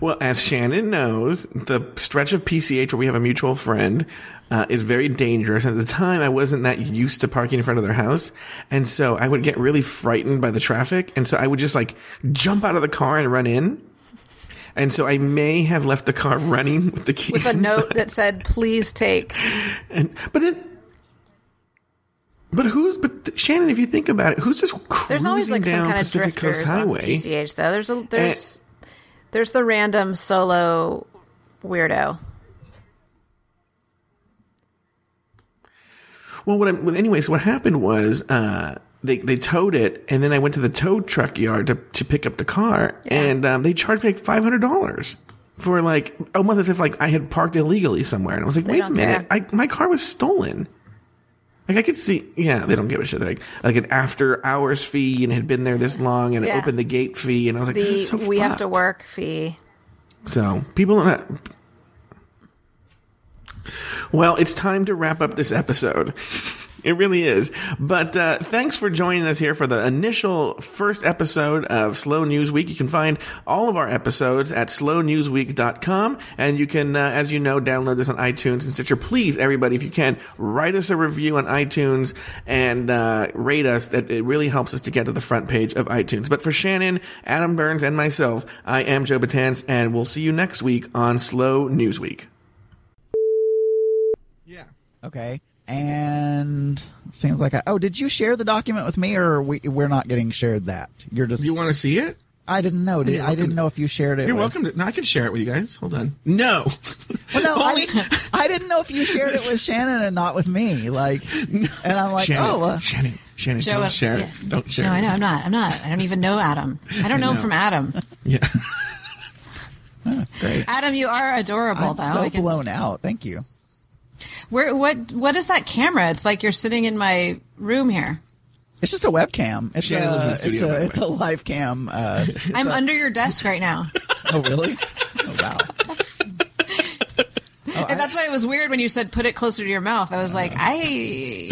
Well, as Shannon knows, the stretch of PCH where we have a mutual friend uh, is very dangerous. At the time, I wasn't that used to parking in front of their house, and so I would get really frightened by the traffic, and so I would just like jump out of the car and run in. And so I may have left the car running with the keys. With a inside. note that said, please take. And, but it. But who's but th- Shannon? If you think about it, who's just cruising There's always like down some kind Pacific of drifters Coast on Highway? PCH though. There's a there's there's the random solo weirdo. Well, what? I, well, anyways, what happened was uh, they they towed it, and then I went to the tow truck yard to to pick up the car, and um, they charged me like five hundred dollars for like almost as if like I had parked illegally somewhere, and I was like, wait a don't minute, care. I, my car was stolen. Like I could see, yeah, they don't give a shit. They're like like an after hours fee, and it had been there this long, and it Yeah. opened the gate fee, and I was like, this The is so we have to fucked. work fee. So people don't. Have... Well, it's time to wrap up this episode. It really is. But uh, thanks for joining us here for the initial first episode of Slow News Week. You can find all of our episodes at slownewsweek.com. And you can, uh, as you know, download this on iTunes and Stitcher. Please, everybody, if you can, write us a review on iTunes and uh, rate us. It, it really helps us to get to the front page of iTunes. But for Shannon, Adam Burns, and myself, I am Joe Batanz, and we'll see you next week on Slow News Week. Yeah. Okay. And seems like I, oh, did you share the document with me, or we we're not getting shared that? You're just You want to see it? I, I didn't know. Did, You're I didn't welcome. know if you shared it. You're with- welcome to. No, I can share it with you guys. Hold on. No. Well, no, Only- I, I didn't know if you shared it with Shannon and not with me. Like, and I'm like, Shannon, oh, uh, Shannon, Shannon, Joe, uh, don't share. yeah. it. Don't share. No, I it. know. I'm not. I'm not. I don't even know Adam. I don't know him from Adam. Yeah. Ah, great. Adam, you are adorable. I'm though. I so can- blown out. Thank you. Where? What? What is that camera? It's like you're sitting in my room here. It's just a webcam. It's Shannon a, lives in the studio, It's by a, the it's way. a live cam. Uh, s- I'm under your desk right now. oh, really? Oh, wow. Oh, and that's why it was weird when you said put it closer to your mouth. Uh. I was like, I,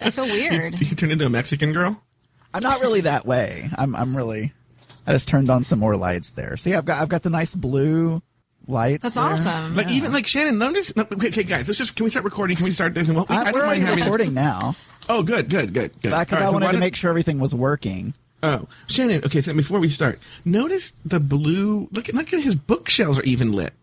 I feel weird. You turned into a Mexican girl. I'm not really that way. I'm, I'm really. I just turned on some more lights there. See, I've got, I've got the nice blue lights. That's there. awesome. Like even like Shannon, notice. No, okay, okay, guys, let's just can we start recording? Can we start this? And well, we, I, I don't we're mind already having recording now This. Oh, good, good, good, good. because All right, I so wanted why to don't- make sure everything was working. Oh, Shannon. Okay, so before we start, notice the blue. Look at look at his bookshelves are even lit.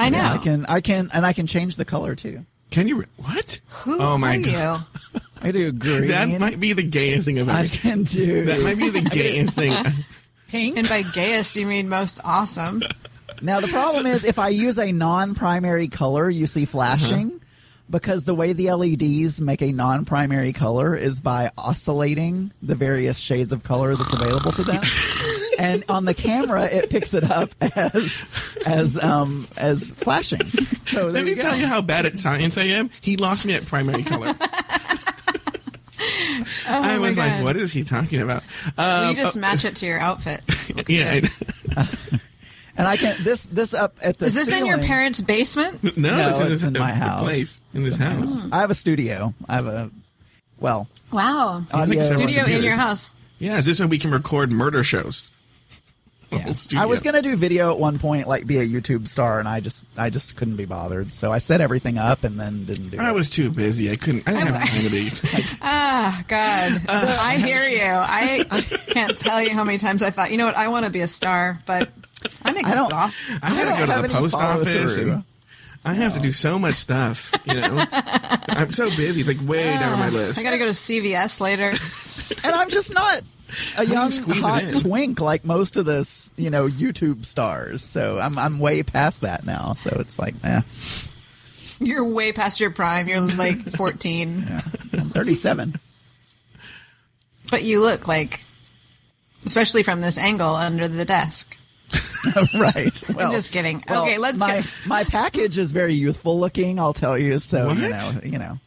I know. I can, I can, and I can change the color too. Can you? Re- what? Who oh my are god! you? I do green. That might be the gayest thing I've I ever. can do. That might be the gayest thing. Pink? And by gayest, you mean most awesome. Now the problem is if I use a non-primary color, you see flashing because the way the LEDs make a non-primary color is by oscillating the various shades of color that's available to them. and on the camera it picks it up as as um as flashing. So there Let me you go. tell you how bad at science I am. He lost me at primary color. Oh I was like, Oh God. "What is he talking about?" You Um, just oh, match it to your outfit. Looks yeah. I good. know. And I can this this up at the Is this in your ceiling- parents' basement? No, No, it's in, it's this, in my uh, house. Place in this house. I have a studio. I have a well, Wow. audio- several Studio in your computers. house. Yeah, is this how we can record murder shows? Yeah. Whole studio. I was gonna do video at one point, like be a YouTube star, and I just I just couldn't be bothered. So I set everything up and then didn't do I it. was too busy. I couldn't. I didn't have time to be. Ah, God. Uh, I hear you. I, I can't tell you how many times I thought, you know what, I want to be a star, but I'm don't- exhausted. I don't gotta go to have the any post follow office through. and I have to do so much stuff. You know, I'm so busy. It's like way down my list. I got to go to CVS later. and I'm just not a young squeeze it hot in? twink like most of this, you know, YouTube stars. So I'm I'm way past that now. So it's like, eh, You're way past your prime. You're like 14. I'm 37. But you look like, especially from this angle under the desk. right. Well, just kidding. well, Okay, let's my, get- my package is very youthful looking. I'll tell you. So you What? know, you know.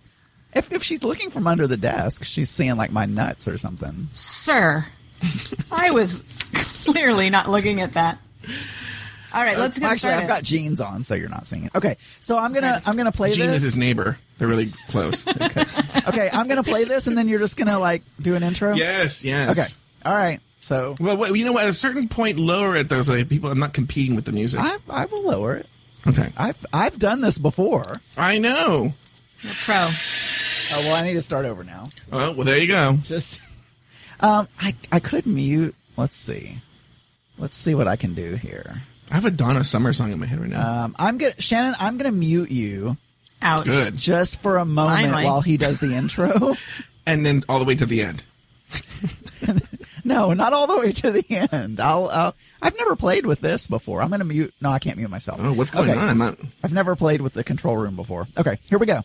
If, if she's looking from under the desk, she's seeing like my nuts or something. Sir, I was clearly not looking at that. All right, let's get Actually, started. I've got jeans on, so you're not seeing it. Okay, so I'm gonna I'm gonna play Gene is this. his neighbor. They're really close. Okay, I'm gonna play this, and then you're just gonna like do an intro. yes, yes. Okay. All right. So Well, what, you know what? At a certain point, lower it though, so that people. I'm not competing with the music. I I will lower it. okay. I, I've I've done this before. know. You're pro. Oh, well, I need to start over now. Oh, well, there you go. Just um, I I could mute. Let's see. Let's see what I can do here. I have a Donna Summer song in my head right now. Um, I'm gonna Shannon. I'm gonna mute you Ouch. Good. just for a moment Finally. while he does the intro. And then all the way to the end. no, not all the way to the end. I'll. Uh, I've never played with this before. I'm gonna mute. No, I can't mute myself. Oh, what's going Okay. on? I'm not. I've never played with the control room before. Okay, here we go.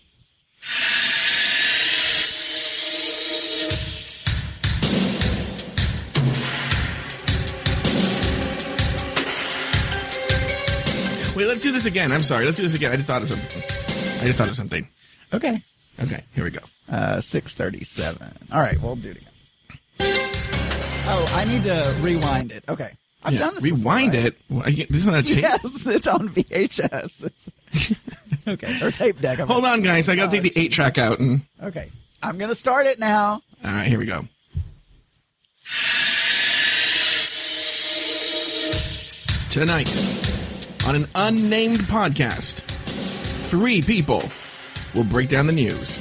Wait, let's do this again. I'm sorry. Let's do this again. I just thought of something. I just thought of something. Okay. Okay, here we go. Uh, 637. All right, we'll do it again. Oh, I need to rewind it. Okay. I've Yeah, done this before, Rewind right? it. Well, I get- This is not a tape. Yes, it's on VHS. It's- okay, or tape deck. I'm Hold on, guys. I Uh, gotta take the eight track out and. Okay. I'm going to start it now. All right, here we go. Tonight, on an unnamed podcast, three people will break down the news.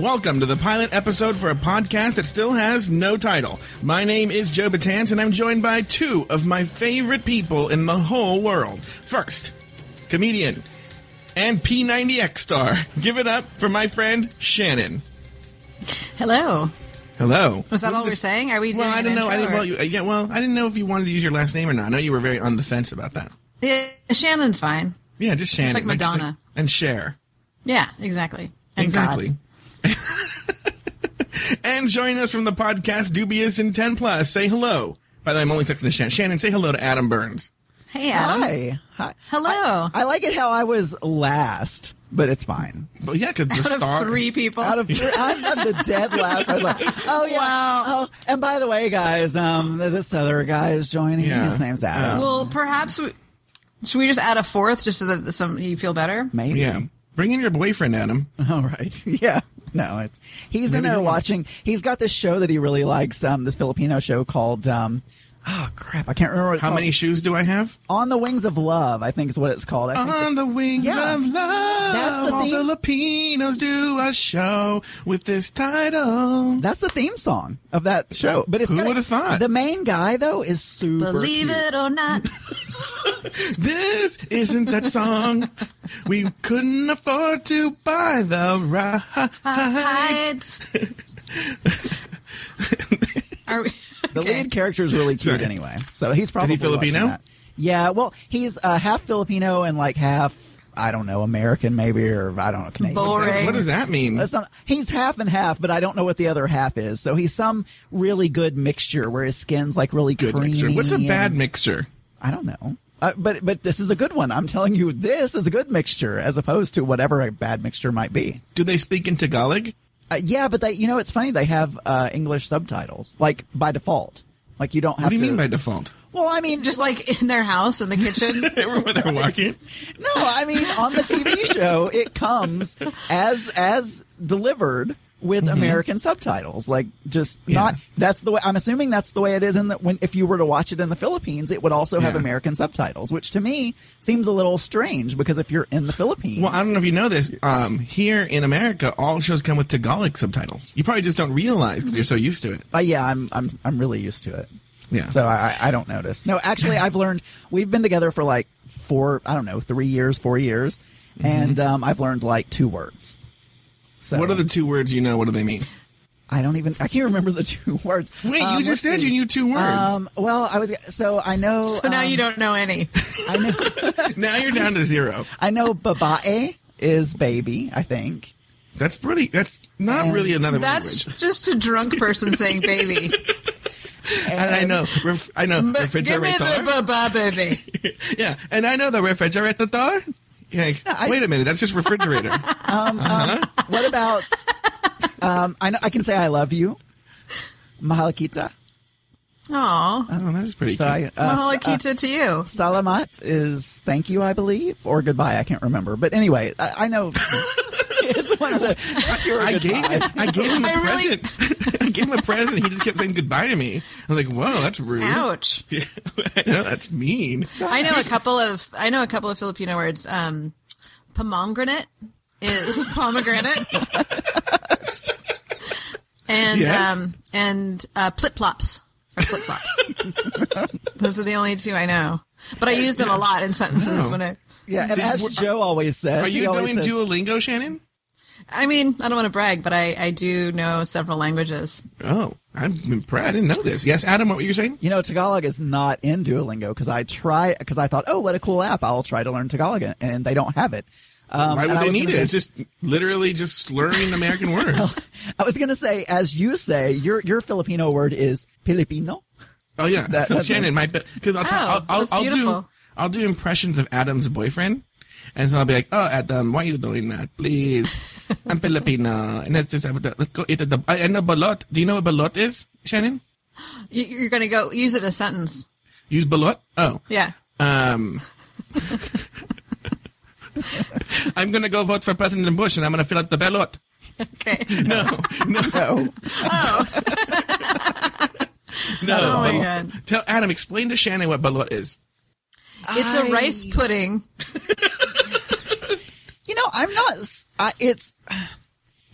Welcome to the pilot episode for a podcast that still has no title. My name is Joe Batanz, and I'm joined by two of my favorite people in the whole world. First, comedian and P90X star. Give it up for my friend Shannon. Hello. Hello. Was that all we're saying? Are we Well, doing I an don't know. intro I didn't. or- Well, you, uh, yeah. Well, I didn't know if you wanted to use your last name or not. I know you were very on the fence about that. Yeah, Shannon's fine. Yeah, just Shannon. like just Madonna. and Cher. Yeah, exactly. And exactly. God. and join us from the podcast Dubious and Ten Plus. Say hello. By the way, I'm only talking to Shannon. Shannon, say hello to Adam Burns. Hey, Adam. Oh. Hi. Hi. Hello. I, I like it how I was last, but it's fine. But yeah, because the Out of star. three people. Out of three, I'm, I'm the dead last. I was like, oh yeah. Wow. Oh, and by the way, guys, um, this other guy is joining. Yeah. His name's Adam. well, perhaps we, should we just add a fourth just so that some you feel better? Maybe. Yeah. Bring in your boyfriend, Adam. All right. Yeah. No, it's he's in Maybe there he'll- watching. He's got this show that he really likes. Um, this Filipino show called um, oh crap, I can't remember. What it's How called. many shoes do I have? On the Wings of Love, I think is what it's called. I think On the wings Yeah. of love, That's the all theme. Filipinos do a show with this title. that's the theme song of that show. But it's Who got a- would've thought? The main guy though is super. Believe cute. it or not. This isn't that song. We couldn't afford to buy the ride. Hides. Are we? The Okay. lead character is really cute Sorry. anyway, so he's probably he Filipino? watching that. Yeah, well, he's uh, half Filipino and like half I don't know American maybe or I don't know Canadian. Boring. What does that mean? That's not, he's half and half, but I don't know what the other half is. So he's some really good mixture where his skin's like really Good creamy. mixture. What's a and- bad mixture? I don't know. Uh, but but this is a good one. I'm telling you, this is a good mixture as opposed to whatever a bad mixture might be. Do they speak in Tagalog? Uh, yeah, but they you know it's funny they have uh, English subtitles like by default. Like you don't have What do you to. mean by default? well, I mean Just like in their house in the kitchen. Everywhere they're walking. No, I mean on the TV show it comes as as delivered with Mm-hmm. American subtitles. Like just not that's the way I'm assuming that's the way it is in that when if you were to watch it in the Philippines, it would also have Yeah. American subtitles, which to me seems a little strange because if you're in the Philippines Well, I don't know if you know this. Um, here in America, all shows come with Tagalog subtitles. You probably just don't realize because you're so used to it. Uh, yeah, I'm I'm I'm really used to it. Yeah. So I I I don't notice. No, actually, I've learned. We've been together for like four. I don't know, three years, four years, Mm-hmm. and um, I've learned like two words. So What are the two words you know? What do they mean? I don't even. I can't remember the two words. Wait, Um, you just let's said see. you knew two words. Um, well, I was so I know. So now um, you don't know any. I know. now you're down to zero. I know. Babae is baby. I think. That's pretty. That's not And really another That's language. just a drunk person saying baby. And I know. Ref, I know But give me refrigerator. the baba baby. yeah, and I know the refrigerator. Yeah, wait a minute. That's just refrigerator. What about? um, I know. I can say I love you, Mahalakita. Aw. oh, that is pretty. So cute. I, uh, Mahalakita to you. Salamat is thank you, I believe, or goodbye. I can't remember. But anyway, I, I know it's one of the. pure I gave goodbye. him, I gave him a I really- present. I gave him a present. He just kept saying goodbye to me. I'm like, whoa, that's rude. Ouch. Yeah, I know, that's mean. I know a couple of I know a couple of Filipino words. Um pomegranate is pomegranate. and Yes. um and uh plip flops are flip flops. Those are the only two I know. But I use them a lot in sentences Wow. when I Yeah, and as Joe always says, Are he you always doing says, Duolingo, Shannon? I mean, I don't want to brag, but I, I do know several languages. Oh, I'm impressed. I didn't know this. Yes, Adam, what were you saying? You know, Tagalog is not in Duolingo because I try because I thought, oh, what a cool app! I'll try to learn Tagalog, and- and they don't have it. Um, Why and would I they was need gonna it? say- It's just literally just slurring American words. I was going to say, as you say, your your Filipino word is Filipino. Oh yeah, That- so that's Shannon, my because I'll, ta- Oh, I'll, I'll, that's I'll do beautiful. I'll do impressions of Adam's boyfriend, and so I'll be like, "Oh, Adam, why are you doing that? Please, I'm Filipino, and let's just have a, let's go eat at the I, I know balot. Do you know what balot is, Shannon? You, you're going to go use it in a sentence. Use balot. Oh, Yeah. Um, I'm gonna go vote for President Bush, and I'm gonna fill out the ballot. Okay. No, no, No, no. Oh my Balot. God. Tell Adam, explain to Shannon what ballot is. It's a rice pudding. you know, I'm not. s- I, it's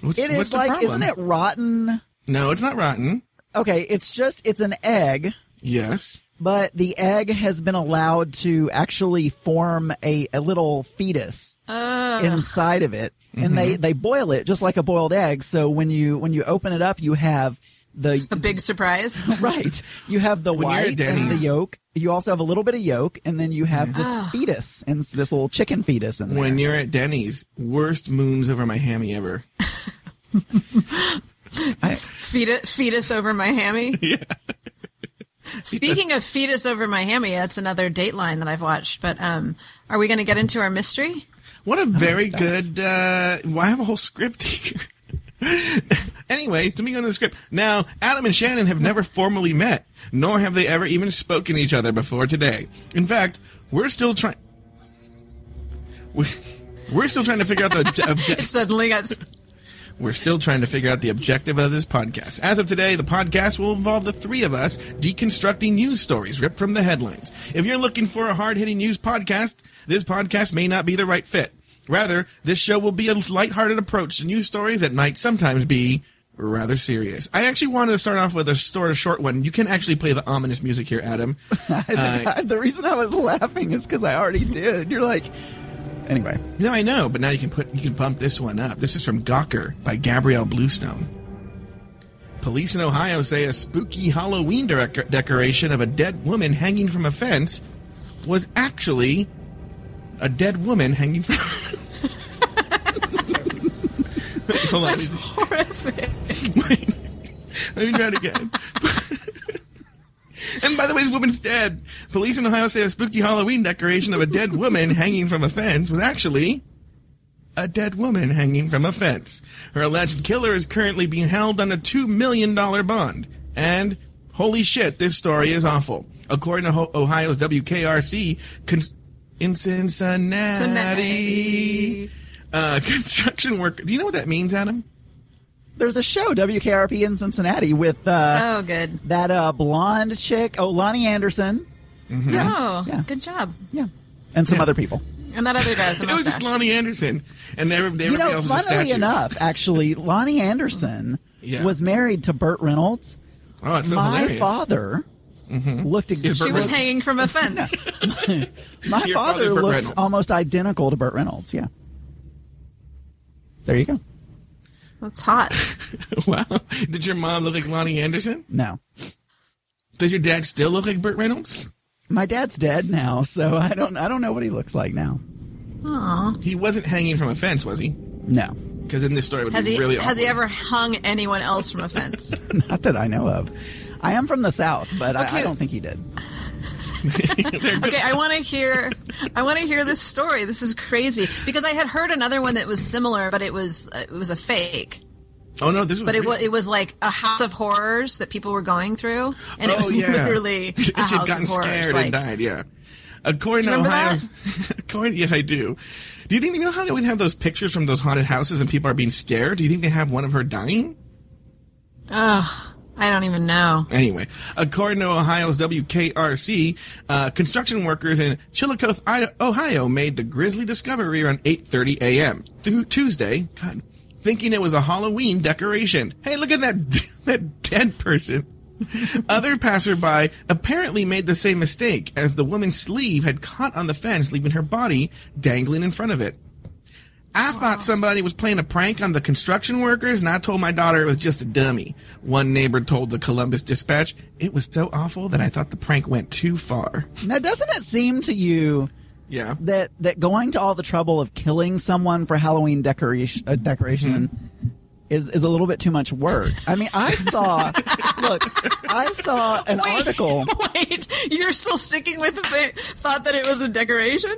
What's, it what's is the like, problem? isn't it rotten? No, it's not rotten. Okay, it's just it's an egg. Yes. but the egg has been allowed to actually form a, a little fetus inside of it Mm-hmm. and they, they boil it just like a boiled egg so when you when you open it up you have the A big surprise. right you have the When you're at white and the Denny's. yolk you also have a little bit of yolk and then you have this fetus and s- this little chicken fetus in there When you're at Denny's, worst moons over my hammy ever. Fetus, fetus over my hammy. Speaking of fetus over my hammy, that's another Dateline that I've watched. But um, are we going to get into our mystery? What a very good. Uh, well, I have a whole script here. anyway, to me, on the script. Now, Adam and Shannon have never formally met, nor have they ever even spoken to each other before today. In fact, we're still trying. We- We're still trying to figure out the obje- obje- Suddenly got s- rather serious. I actually wanted to start off with a sort of short one. You can actually play the ominous music here, Adam. Uh, the reason I was laughing is because I already did. You're like, anyway. no, I know, but now you can put you can bump this one up. This is from Gawker by Gabrielle Bluestone. Police in Ohio say a spooky Halloween dec- decoration of a dead woman hanging from a fence was actually a dead woman hanging from. Hold on. let me- Horrific. Wait. Let me try it again. and by the way, this woman's dead. Police in Ohio say a spooky Halloween decoration of a dead woman hanging from a fence was actually a dead woman hanging from a fence. Her alleged killer is currently being held on a $2 million bond. And holy shit, this story is awful. According to Ho- Ohio's WKRC, con- in Cincinnati, Cincinnati. Uh, construction worker. Do you know what that means, Adam? There's a show, WKRP in Cincinnati, with uh, Oh, good. that uh, blonde chick, oh, Lonnie Anderson. Mm-hmm. Oh, Yeah. good job. Yeah. And some other people. And that other guy with the It was just mustache. Lonnie Anderson, and they were, they You were know, else was funnily statues. enough, actually, Lonnie Anderson Yeah. was married to Burt Reynolds. oh, it felt My hilarious. father looked. Is Burt she was Reynolds- hanging from a fence. Your My father father's Burt looks Reynolds. almost identical to Burt Reynolds. Yeah. There you go. That's hot. wow, did your mom look like Lonnie Anderson? No, Does your dad still look like Burt Reynolds? my dad's dead now, so I don't. I don't know what he looks like now. He wasn't hanging from a fence, was he? No, Because in this story, it would Has be he really has awkward. he ever hung anyone else from a fence? not that I know of. I am from the south, but I, I Okay. don't think he did. Okay, I want to hear I want to hear this story. This is crazy because I had heard another one that was similar, but it was uh, it was a fake. Oh no, this was. But it real. was it was like a house of horrors that people were going through, and it oh, was yeah. literally she a had house gotten of horrors. scared and Like, died. Yeah. According to remember Ohio's, according yes, I do. Do you think you know how they always have those pictures from those haunted houses and people are being scared? Do you think they have one of her dying? I don't even know. Anyway, according to Ohio's WKRC, uh, construction workers in Chillicothe, Ida- Ohio, made the grisly discovery around 8:30 a.m. Th- Tuesday, God, thinking it was a Halloween decoration. Hey, look at that that dead person. Other passerby apparently made the same mistake as the woman's sleeve had caught on the fence, leaving her body dangling in front of it. I thought somebody was playing a prank on the construction workers, and I told my daughter it was just a dummy. One neighbor told the Columbus Dispatch, It was so awful that I thought the prank went too far. Now, doesn't it seem to you Yeah. that that going to all the trouble of killing someone for Halloween decoration uh, decoration Mm-hmm. is is a little bit too much work? I mean, I saw. look, I saw an Wait, article. Wait, you're still sticking with the fa- thought that it was a decoration?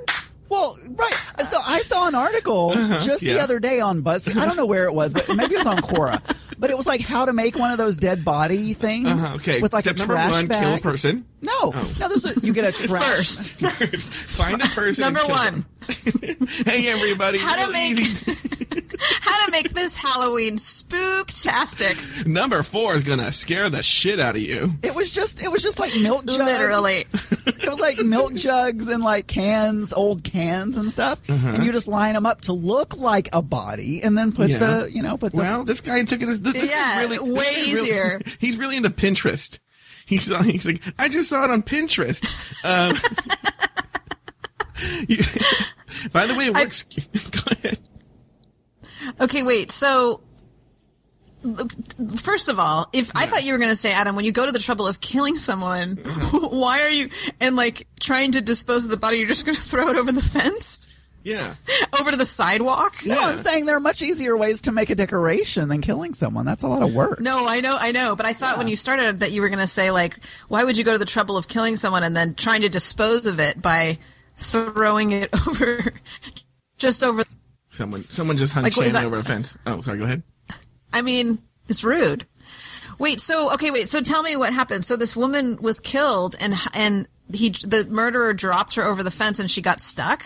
Well, right. So I saw an article just the Uh-huh. yeah. other day on BuzzFeed. I don't know where it was, but maybe it was on Quora. But it was like how to make one of those dead body things Uh-huh, okay. with like Step a number trash one, bag. kill a person. Oh. No, no. There's a, you get a trash. First, First, find a person. and number kill one, them. hey, everybody. How real to make- easy. how to make this Halloween spooktastic? Number four is going to scare the shit out of you. It was just it was just like milk jugs. Literally. it was like milk jugs and like cans, old cans and stuff, Uh-huh. and you just line them up to look like a body, and then put Yeah. the you know put the Well, this guy took it as. This, this is Yeah, really, way this is really- easier. he's really into Pinterest. He saw, he's like, I just saw it on Pinterest. Um, you- by the way, it works. go ahead. Okay, wait. So, look, first of all, if I thought you were going to say, Adam, when you go to the trouble of killing someone, why are you and like trying to dispose of the body? You're just going to throw it over the fence, Yeah. over to the sidewalk. No, Yeah. I'm saying there are much easier ways to make a decoration than killing someone. That's a lot of work. No, I know, I know, but I thought when you started that you were going to say like, why would you go to the trouble of killing someone and then trying to dispose of it by throwing it over, just over? Someone, someone just hung Like, what Shannon is that? over a fence. Oh, sorry. Go ahead. I mean, it's rude. Wait, so okay, wait. So tell me what happened. So this woman was killed, and and he the murderer dropped her over the fence, and she got stuck.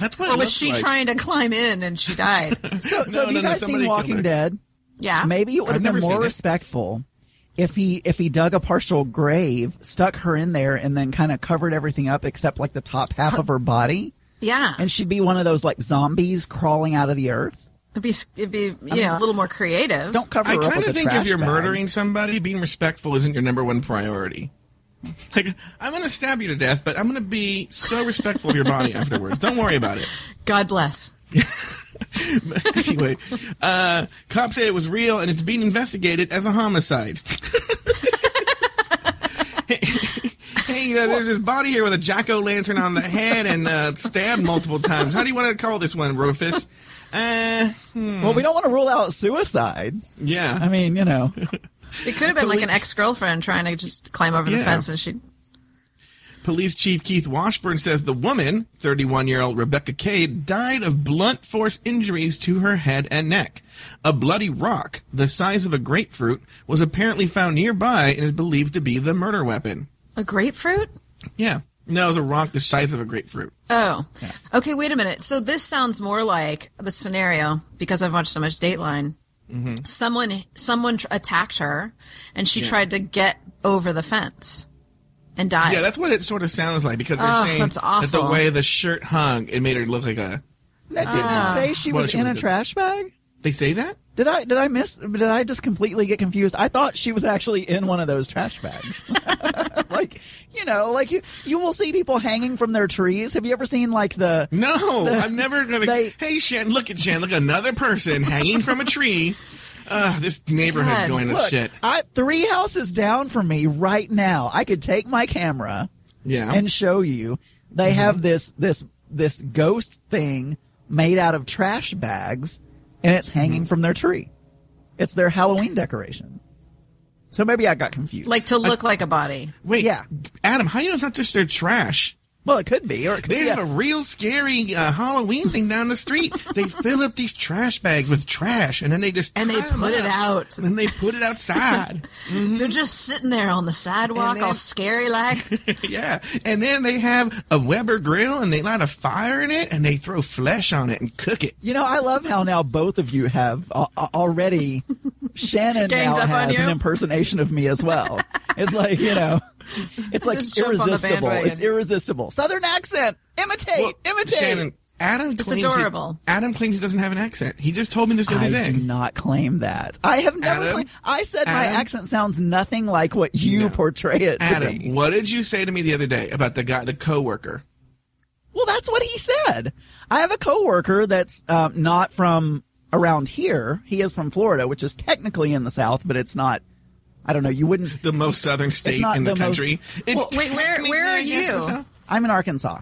That's what. Or it Oh, was looked she like. trying to climb in and she died? So, so No, have you no, no, somebody guys seen killed her. Walking Dead? Yeah, Maybe it would have I've been never seen more it. respectful if he if he dug a partial grave, stuck her in there, and then kind of covered everything up except like the top half of her body, Yeah, and she'd be one of those like zombies crawling out of the earth. It'd be, it'd be you know, a little more creative. Don't cover I her up kind with of a think if trash you're bag. murdering somebody, being respectful isn't your number one priority. Like, I'm going to stab you to death, but I'm going to be so respectful of your body afterwards. Don't worry about it. God bless. Anyway, uh, cops say it was real and it's being investigated as a homicide. hey, uh, there's this body here with a jack o' lantern on the head and uh, stabbed multiple times. How do you want to call this one, Rufus? Uh, Well, we don't want to rule out suicide. yeah. I mean, you know, It could have been like an ex girlfriend trying to just climb over Yeah. the fence and she. Police Chief Keith Washburn says the woman, 31 year old Rebecca Cade, died of blunt force injuries to her head and neck. A bloody rock, the size of a grapefruit, was apparently found nearby and is believed to be the murder weapon. A grapefruit? Yeah. No, it was a rock the size of a grapefruit. Oh. Okay, wait a minute. So this sounds more like the scenario because I've watched so much Dateline. Mm-hmm. Someone someone tr- attacked her and she tried to get over the fence and died. Yeah, that's what it sort of sounds like because they're Ugh, saying that's that the awful. way the shirt hung, it made her look like a. that didn't say she Well, was she in was a a- trash bag. They say that? Did I did I miss? Did I just completely get confused? I thought she was actually in one of those trash bags. like you know, like you you will see people hanging from their trees. Have you ever seen like the No, I'm never gonna. they- hey, Shan, look at Shan, look at another person hanging from a tree. Ugh, this neighborhood's God, going to look? shit. I three houses down from me right now. I could take my camera Yeah. Mm-hmm. and show you. They have this this this ghost thing made out of trash bags, and it's Mm-hmm. hanging from their tree. It's their Halloween decoration. So maybe I got confused. Like to look like a body. Wait, Yeah. Adam, how do you know it's not just their trash? well, it could be, or it could They be have a- a real scary uh, Halloween thing down the street. they fill up these trash bags with trash, and then they just And they tie 'em put it up, out. and then they put it outside. They're just sitting there on the sidewalk Mm-hmm. And then- all scary like. yeah, and then they have a Weber grill, and they light a fire in it, and they throw flesh on it and cook it. You know, I love how now both of you have uh, already. Shannon Ganged now up on has you? an impersonation of me as well. It's like you know, it's like Just jump on the irresistible. bandwagon. It's irresistible. Southern accent, imitate, imitate. Shannon, Adam claims he- adorable. Adam claims he doesn't have an accent. He just told me this the other I day. do not claim that. I have never. Adam? claimed, I said my Adam? accent sounds nothing like what you portray it to be. Adam, what did you say to me the other day about the guy, the coworker? Well, that's what he said. I have a coworker that's um, not from around here. He is from Florida, which is technically in the South, but it's not. I don't know. You wouldn't. the most southern state not in the, the most- country. It's Well, wait, where- technically, where are I guess, you? it's not- I'm in Arkansas,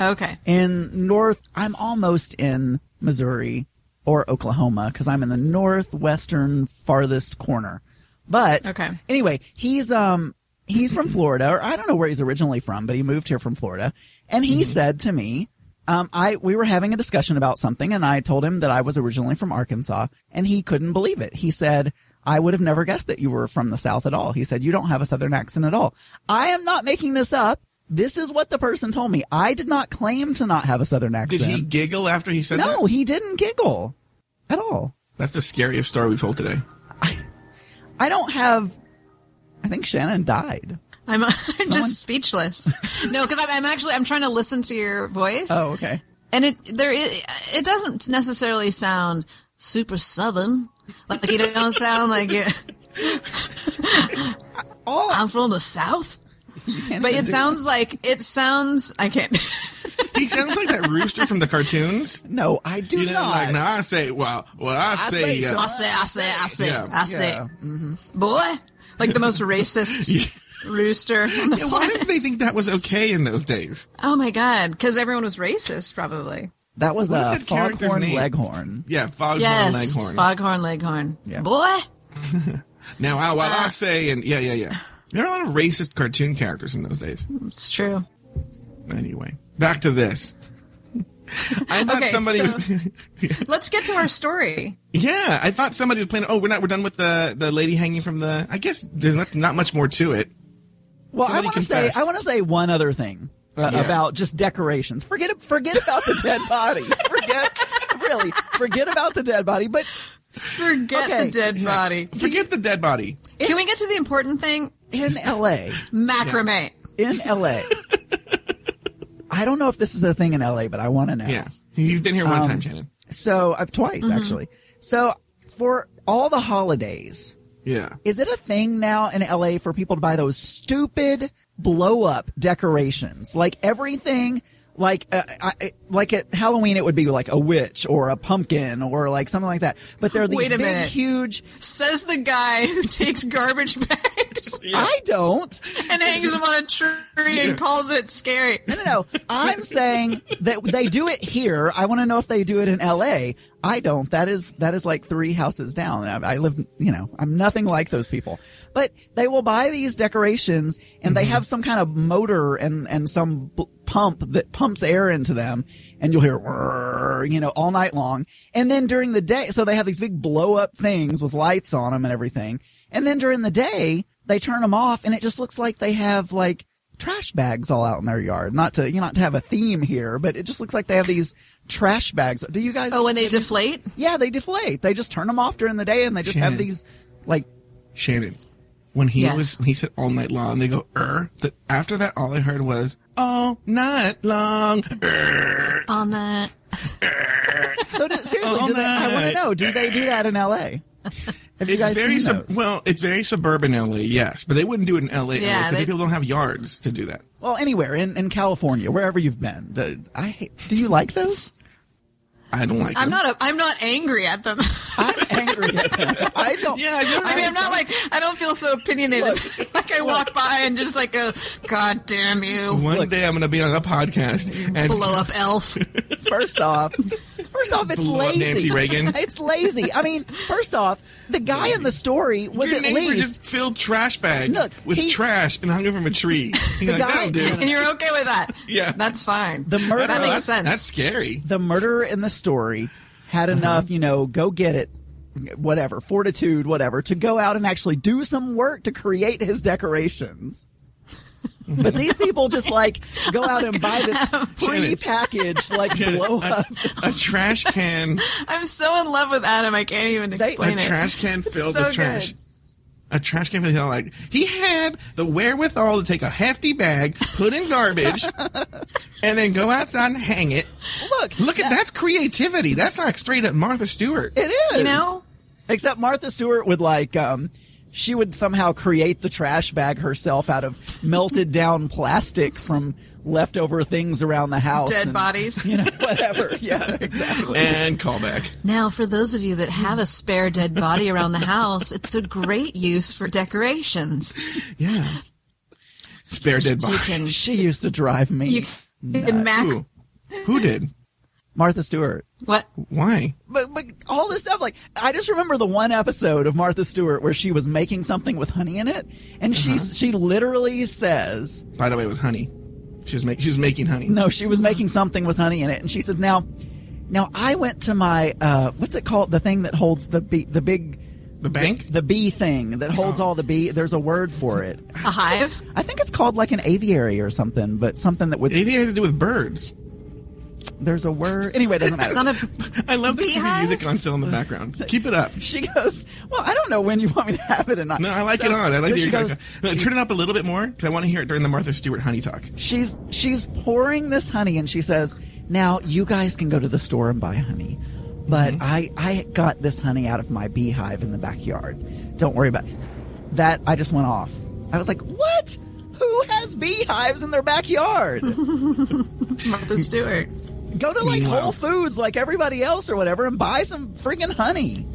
Okay. in North. I'm almost in Missouri or Oklahoma because I'm in the northwestern farthest corner. But Okay. anyway, he's um he's from Florida, or I don't know where he's originally from, but he moved here from Florida, and Mm-hmm. he said to me, um, I we were having a discussion about something, and I told him that I was originally from Arkansas, and he couldn't believe it. He said. I would have never guessed that you were from the South at all. He said, you don't have a Southern accent at all. I am not making this up. This is what the person told me. I did not claim to not have a Southern accent. Did he giggle after he said no, that? he didn't giggle at all. That's the scariest story we've told today. I don't have, I think Shannon died. I'm, I'm just speechless. No, because I'm, I'm actually I'm trying to listen to your voice, Oh, okay. and it there is, it doesn't necessarily sound super southern. Like you don't sound like you. All I'm from the south, but it sounds like it sounds. I can't. He sounds like that rooster from the cartoons. No, I do You know, not. like, now I say, well, well, I, I say, say uh, I say, I say, I say, Yeah. I say, Yeah. Mm-hmm. boy, like the most racist rooster. on the yeah, why planet. did they think that was okay in those days? Oh my god, because everyone was racist, probably. That was What is a that character's foghorn name? leghorn. Yeah, Foghorn Yes, Leghorn. foghorn leghorn. Yeah. Boy, now, I, well, uh, I say, and yeah, yeah, yeah. There are a lot of racist cartoon characters in those days. it's true. Anyway, back to this. I thought Okay, somebody so- was. Let's get to our story. Yeah, I thought somebody was playing. Oh, we're not. We're done with the the lady hanging from the. I guess there's not not much more to it. Well, I Somebody want to say confessed. I want to say one other thing uh, Yeah. about just decorations. Forget forget about the dead body. Forget really forget about the dead body. But Forget Okay. the dead body. Forget the dead body. Can we get to the important thing? in L.A., Macrame. in L.A., I don't know if this is a thing in L.A., but I want to know. Um, Yeah, he's been here one time, Shannon. So I've twice Mm-hmm. actually. So for all the holidays, Yeah. is it a thing now in LA for people to buy those stupid blow up decorations? Like everything, like uh, I, I- like at Halloween, it would be like a witch or a pumpkin or like something like that. But they're these Wait a big, minute. huge. Says the guy who takes garbage bags I don't. and hangs them on a tree and calls it scary. No, no, no. I'm saying that they do it here. I want to know if they do it in LA. I don't. That is that is like three houses down. I, I live, you know, I'm nothing like those people. But they will buy these decorations, and they have some kind of motor and and some b- pump that pumps air into them, and you'll hear, "Whirr," you know, all night long. And then during the day, so they have these big blow up things with lights on them and everything. And then during the day, they turn them off, and it just looks like they have like trash bags all out in their yard. Not to you know, not to have a theme here, but it just looks like they have these trash bags. Do you guys? Oh, when they deflate? yeah, they deflate. They just turn them off during the day, and they just have Shannon. these like. Shannon, when he Yes. was, he said all night long, they go, er. That after that, all I heard was, all night long, er. All night. So do, seriously, All do they, I want to night. know: Do they do that in L.A.? Have you It's guys very seen sub- those? well, it's very suburban LA, yes, but they wouldn't do it in LA Yeah, because they- people don't have yards to do that. Well, anywhere in, in California, wherever you've been, do, I hate- do you like those? I don't like. I'm them. not. A, I'm not angry at them. I'm angry. at them. I don't. Yeah, you're I mean, I'm not like. I don't feel so opinionated. like I walk by and just like go, "God damn you, One day I'm going to be on a podcast and blow up elf." First off, first off, it's Blow up lazy. Nancy Reagan. It's lazy. I mean, first off, the guy in the story was your at neighbor least just filled trash bags Look, with he- trash and hung it from a tree. You're like, guy- that'll do. and you're okay with that? Yeah. that's fine. The murder- that Oh, that's- makes sense. That's scary. the murderer in the story had Uh-huh. enough, you know, go get it, whatever, fortitude, whatever, to go out and actually do some work to create his decorations. But these people just like go out and buy this pre-packaged like blow up. A trash can, I'm so in love with Adam. I can't even a explain it. trash can filled so with trash. good. A trash can filled with like he had the wherewithal to take a hefty bag, put in garbage, and then go outside and hang it. Look, Look at that's creativity. That's not straight up Martha Stewart. it is. You know, Except Martha Stewart would like um she would somehow create the trash bag herself out of melted down plastic from leftover things around the house. dead and, bodies. You know, whatever. Yeah, exactly. and callback. Now, for those of you that have a spare dead body around the house, it's a great use for decorations. Yeah. Spare dead You body. can, She used to drive me. you can mac. Who? Who did? Martha Stewart. What? Why? But but all this stuff, like I just remember the one episode of Martha Stewart where she was making something with honey in it, and Uh-huh. she's she literally says By the way, it was honey. She was making. She was making honey. no, she was making something with honey in it, and she says now, now I went to my uh what's it called the thing that holds the bee the big The bank. the bee thing that Uh-huh. holds all the bee. There's a word for it. A hive? I think it's called like an aviary or something, but something that would Maybe it had to do with birds. there's a word anyway. It doesn't matter. It's not a. I love the Beehive? music on still in the background. Keep it up. She goes, well, I don't know when you want me to have it or not. No, I like So- it on. I like so the she goes, No, Turn it up a little bit more because I want to hear it during the Martha Stewart honey talk. she's she's pouring this honey and she says, now you guys can go to the store and buy honey. But Mm-hmm. I, I got this honey out of my beehive in the backyard. Don't worry about that. I just went off. I was like, what? Who has beehives in their backyard? Martha Stewart. go to like Meanwhile- Whole Foods like everybody else or whatever and buy some freaking honey.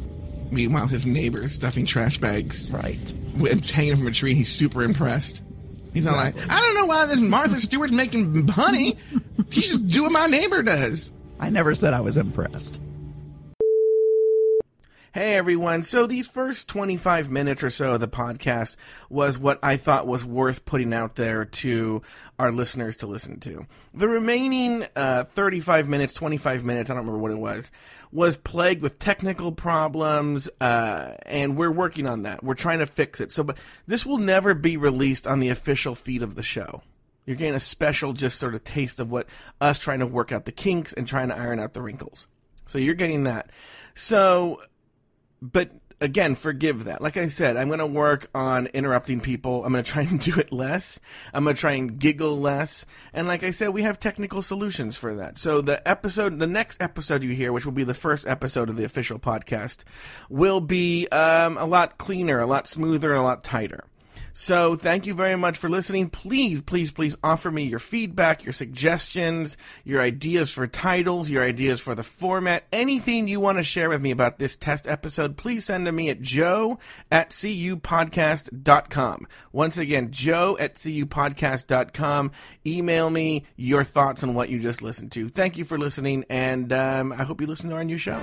Meanwhile, his neighbor is stuffing trash bags Right. and hanging from a tree. He's super impressed. He's not like, I don't know why this Martha Stewart's making honey. She's just doing what my neighbor does. I never said I was impressed. Hey everyone. So these first 25 minutes or so of the podcast was what I thought was worth putting out there to our listeners to listen to. The remaining uh, 35 minutes, 25 minutes, I don't remember what it was, was plagued with technical problems, uh, and we're working on that. We're trying to fix it. So, but this will never be released on the official feed of the show. You're getting a special, just sort of taste of what us trying to work out the kinks and trying to iron out the wrinkles. So you're getting that. So but again, forgive that. Like I said, I'm going to work on interrupting people. I'm going to try and do it less. I'm going to try and giggle less. And like I said, we have technical solutions for that. So the episode, the next episode you hear, which will be the first episode of the official podcast, will be um, a lot cleaner, a lot smoother, and a lot tighter. So thank you very much for listening. Please, please, please offer me your feedback, your suggestions, your ideas for titles, your ideas for the format, anything you want to share with me about this test episode, please send to me at joe at cupodcast.com. Once again, joe at cupodcast.com. Email me your thoughts on what you just listened to. Thank you for listening, and um, I hope you listen to our new show.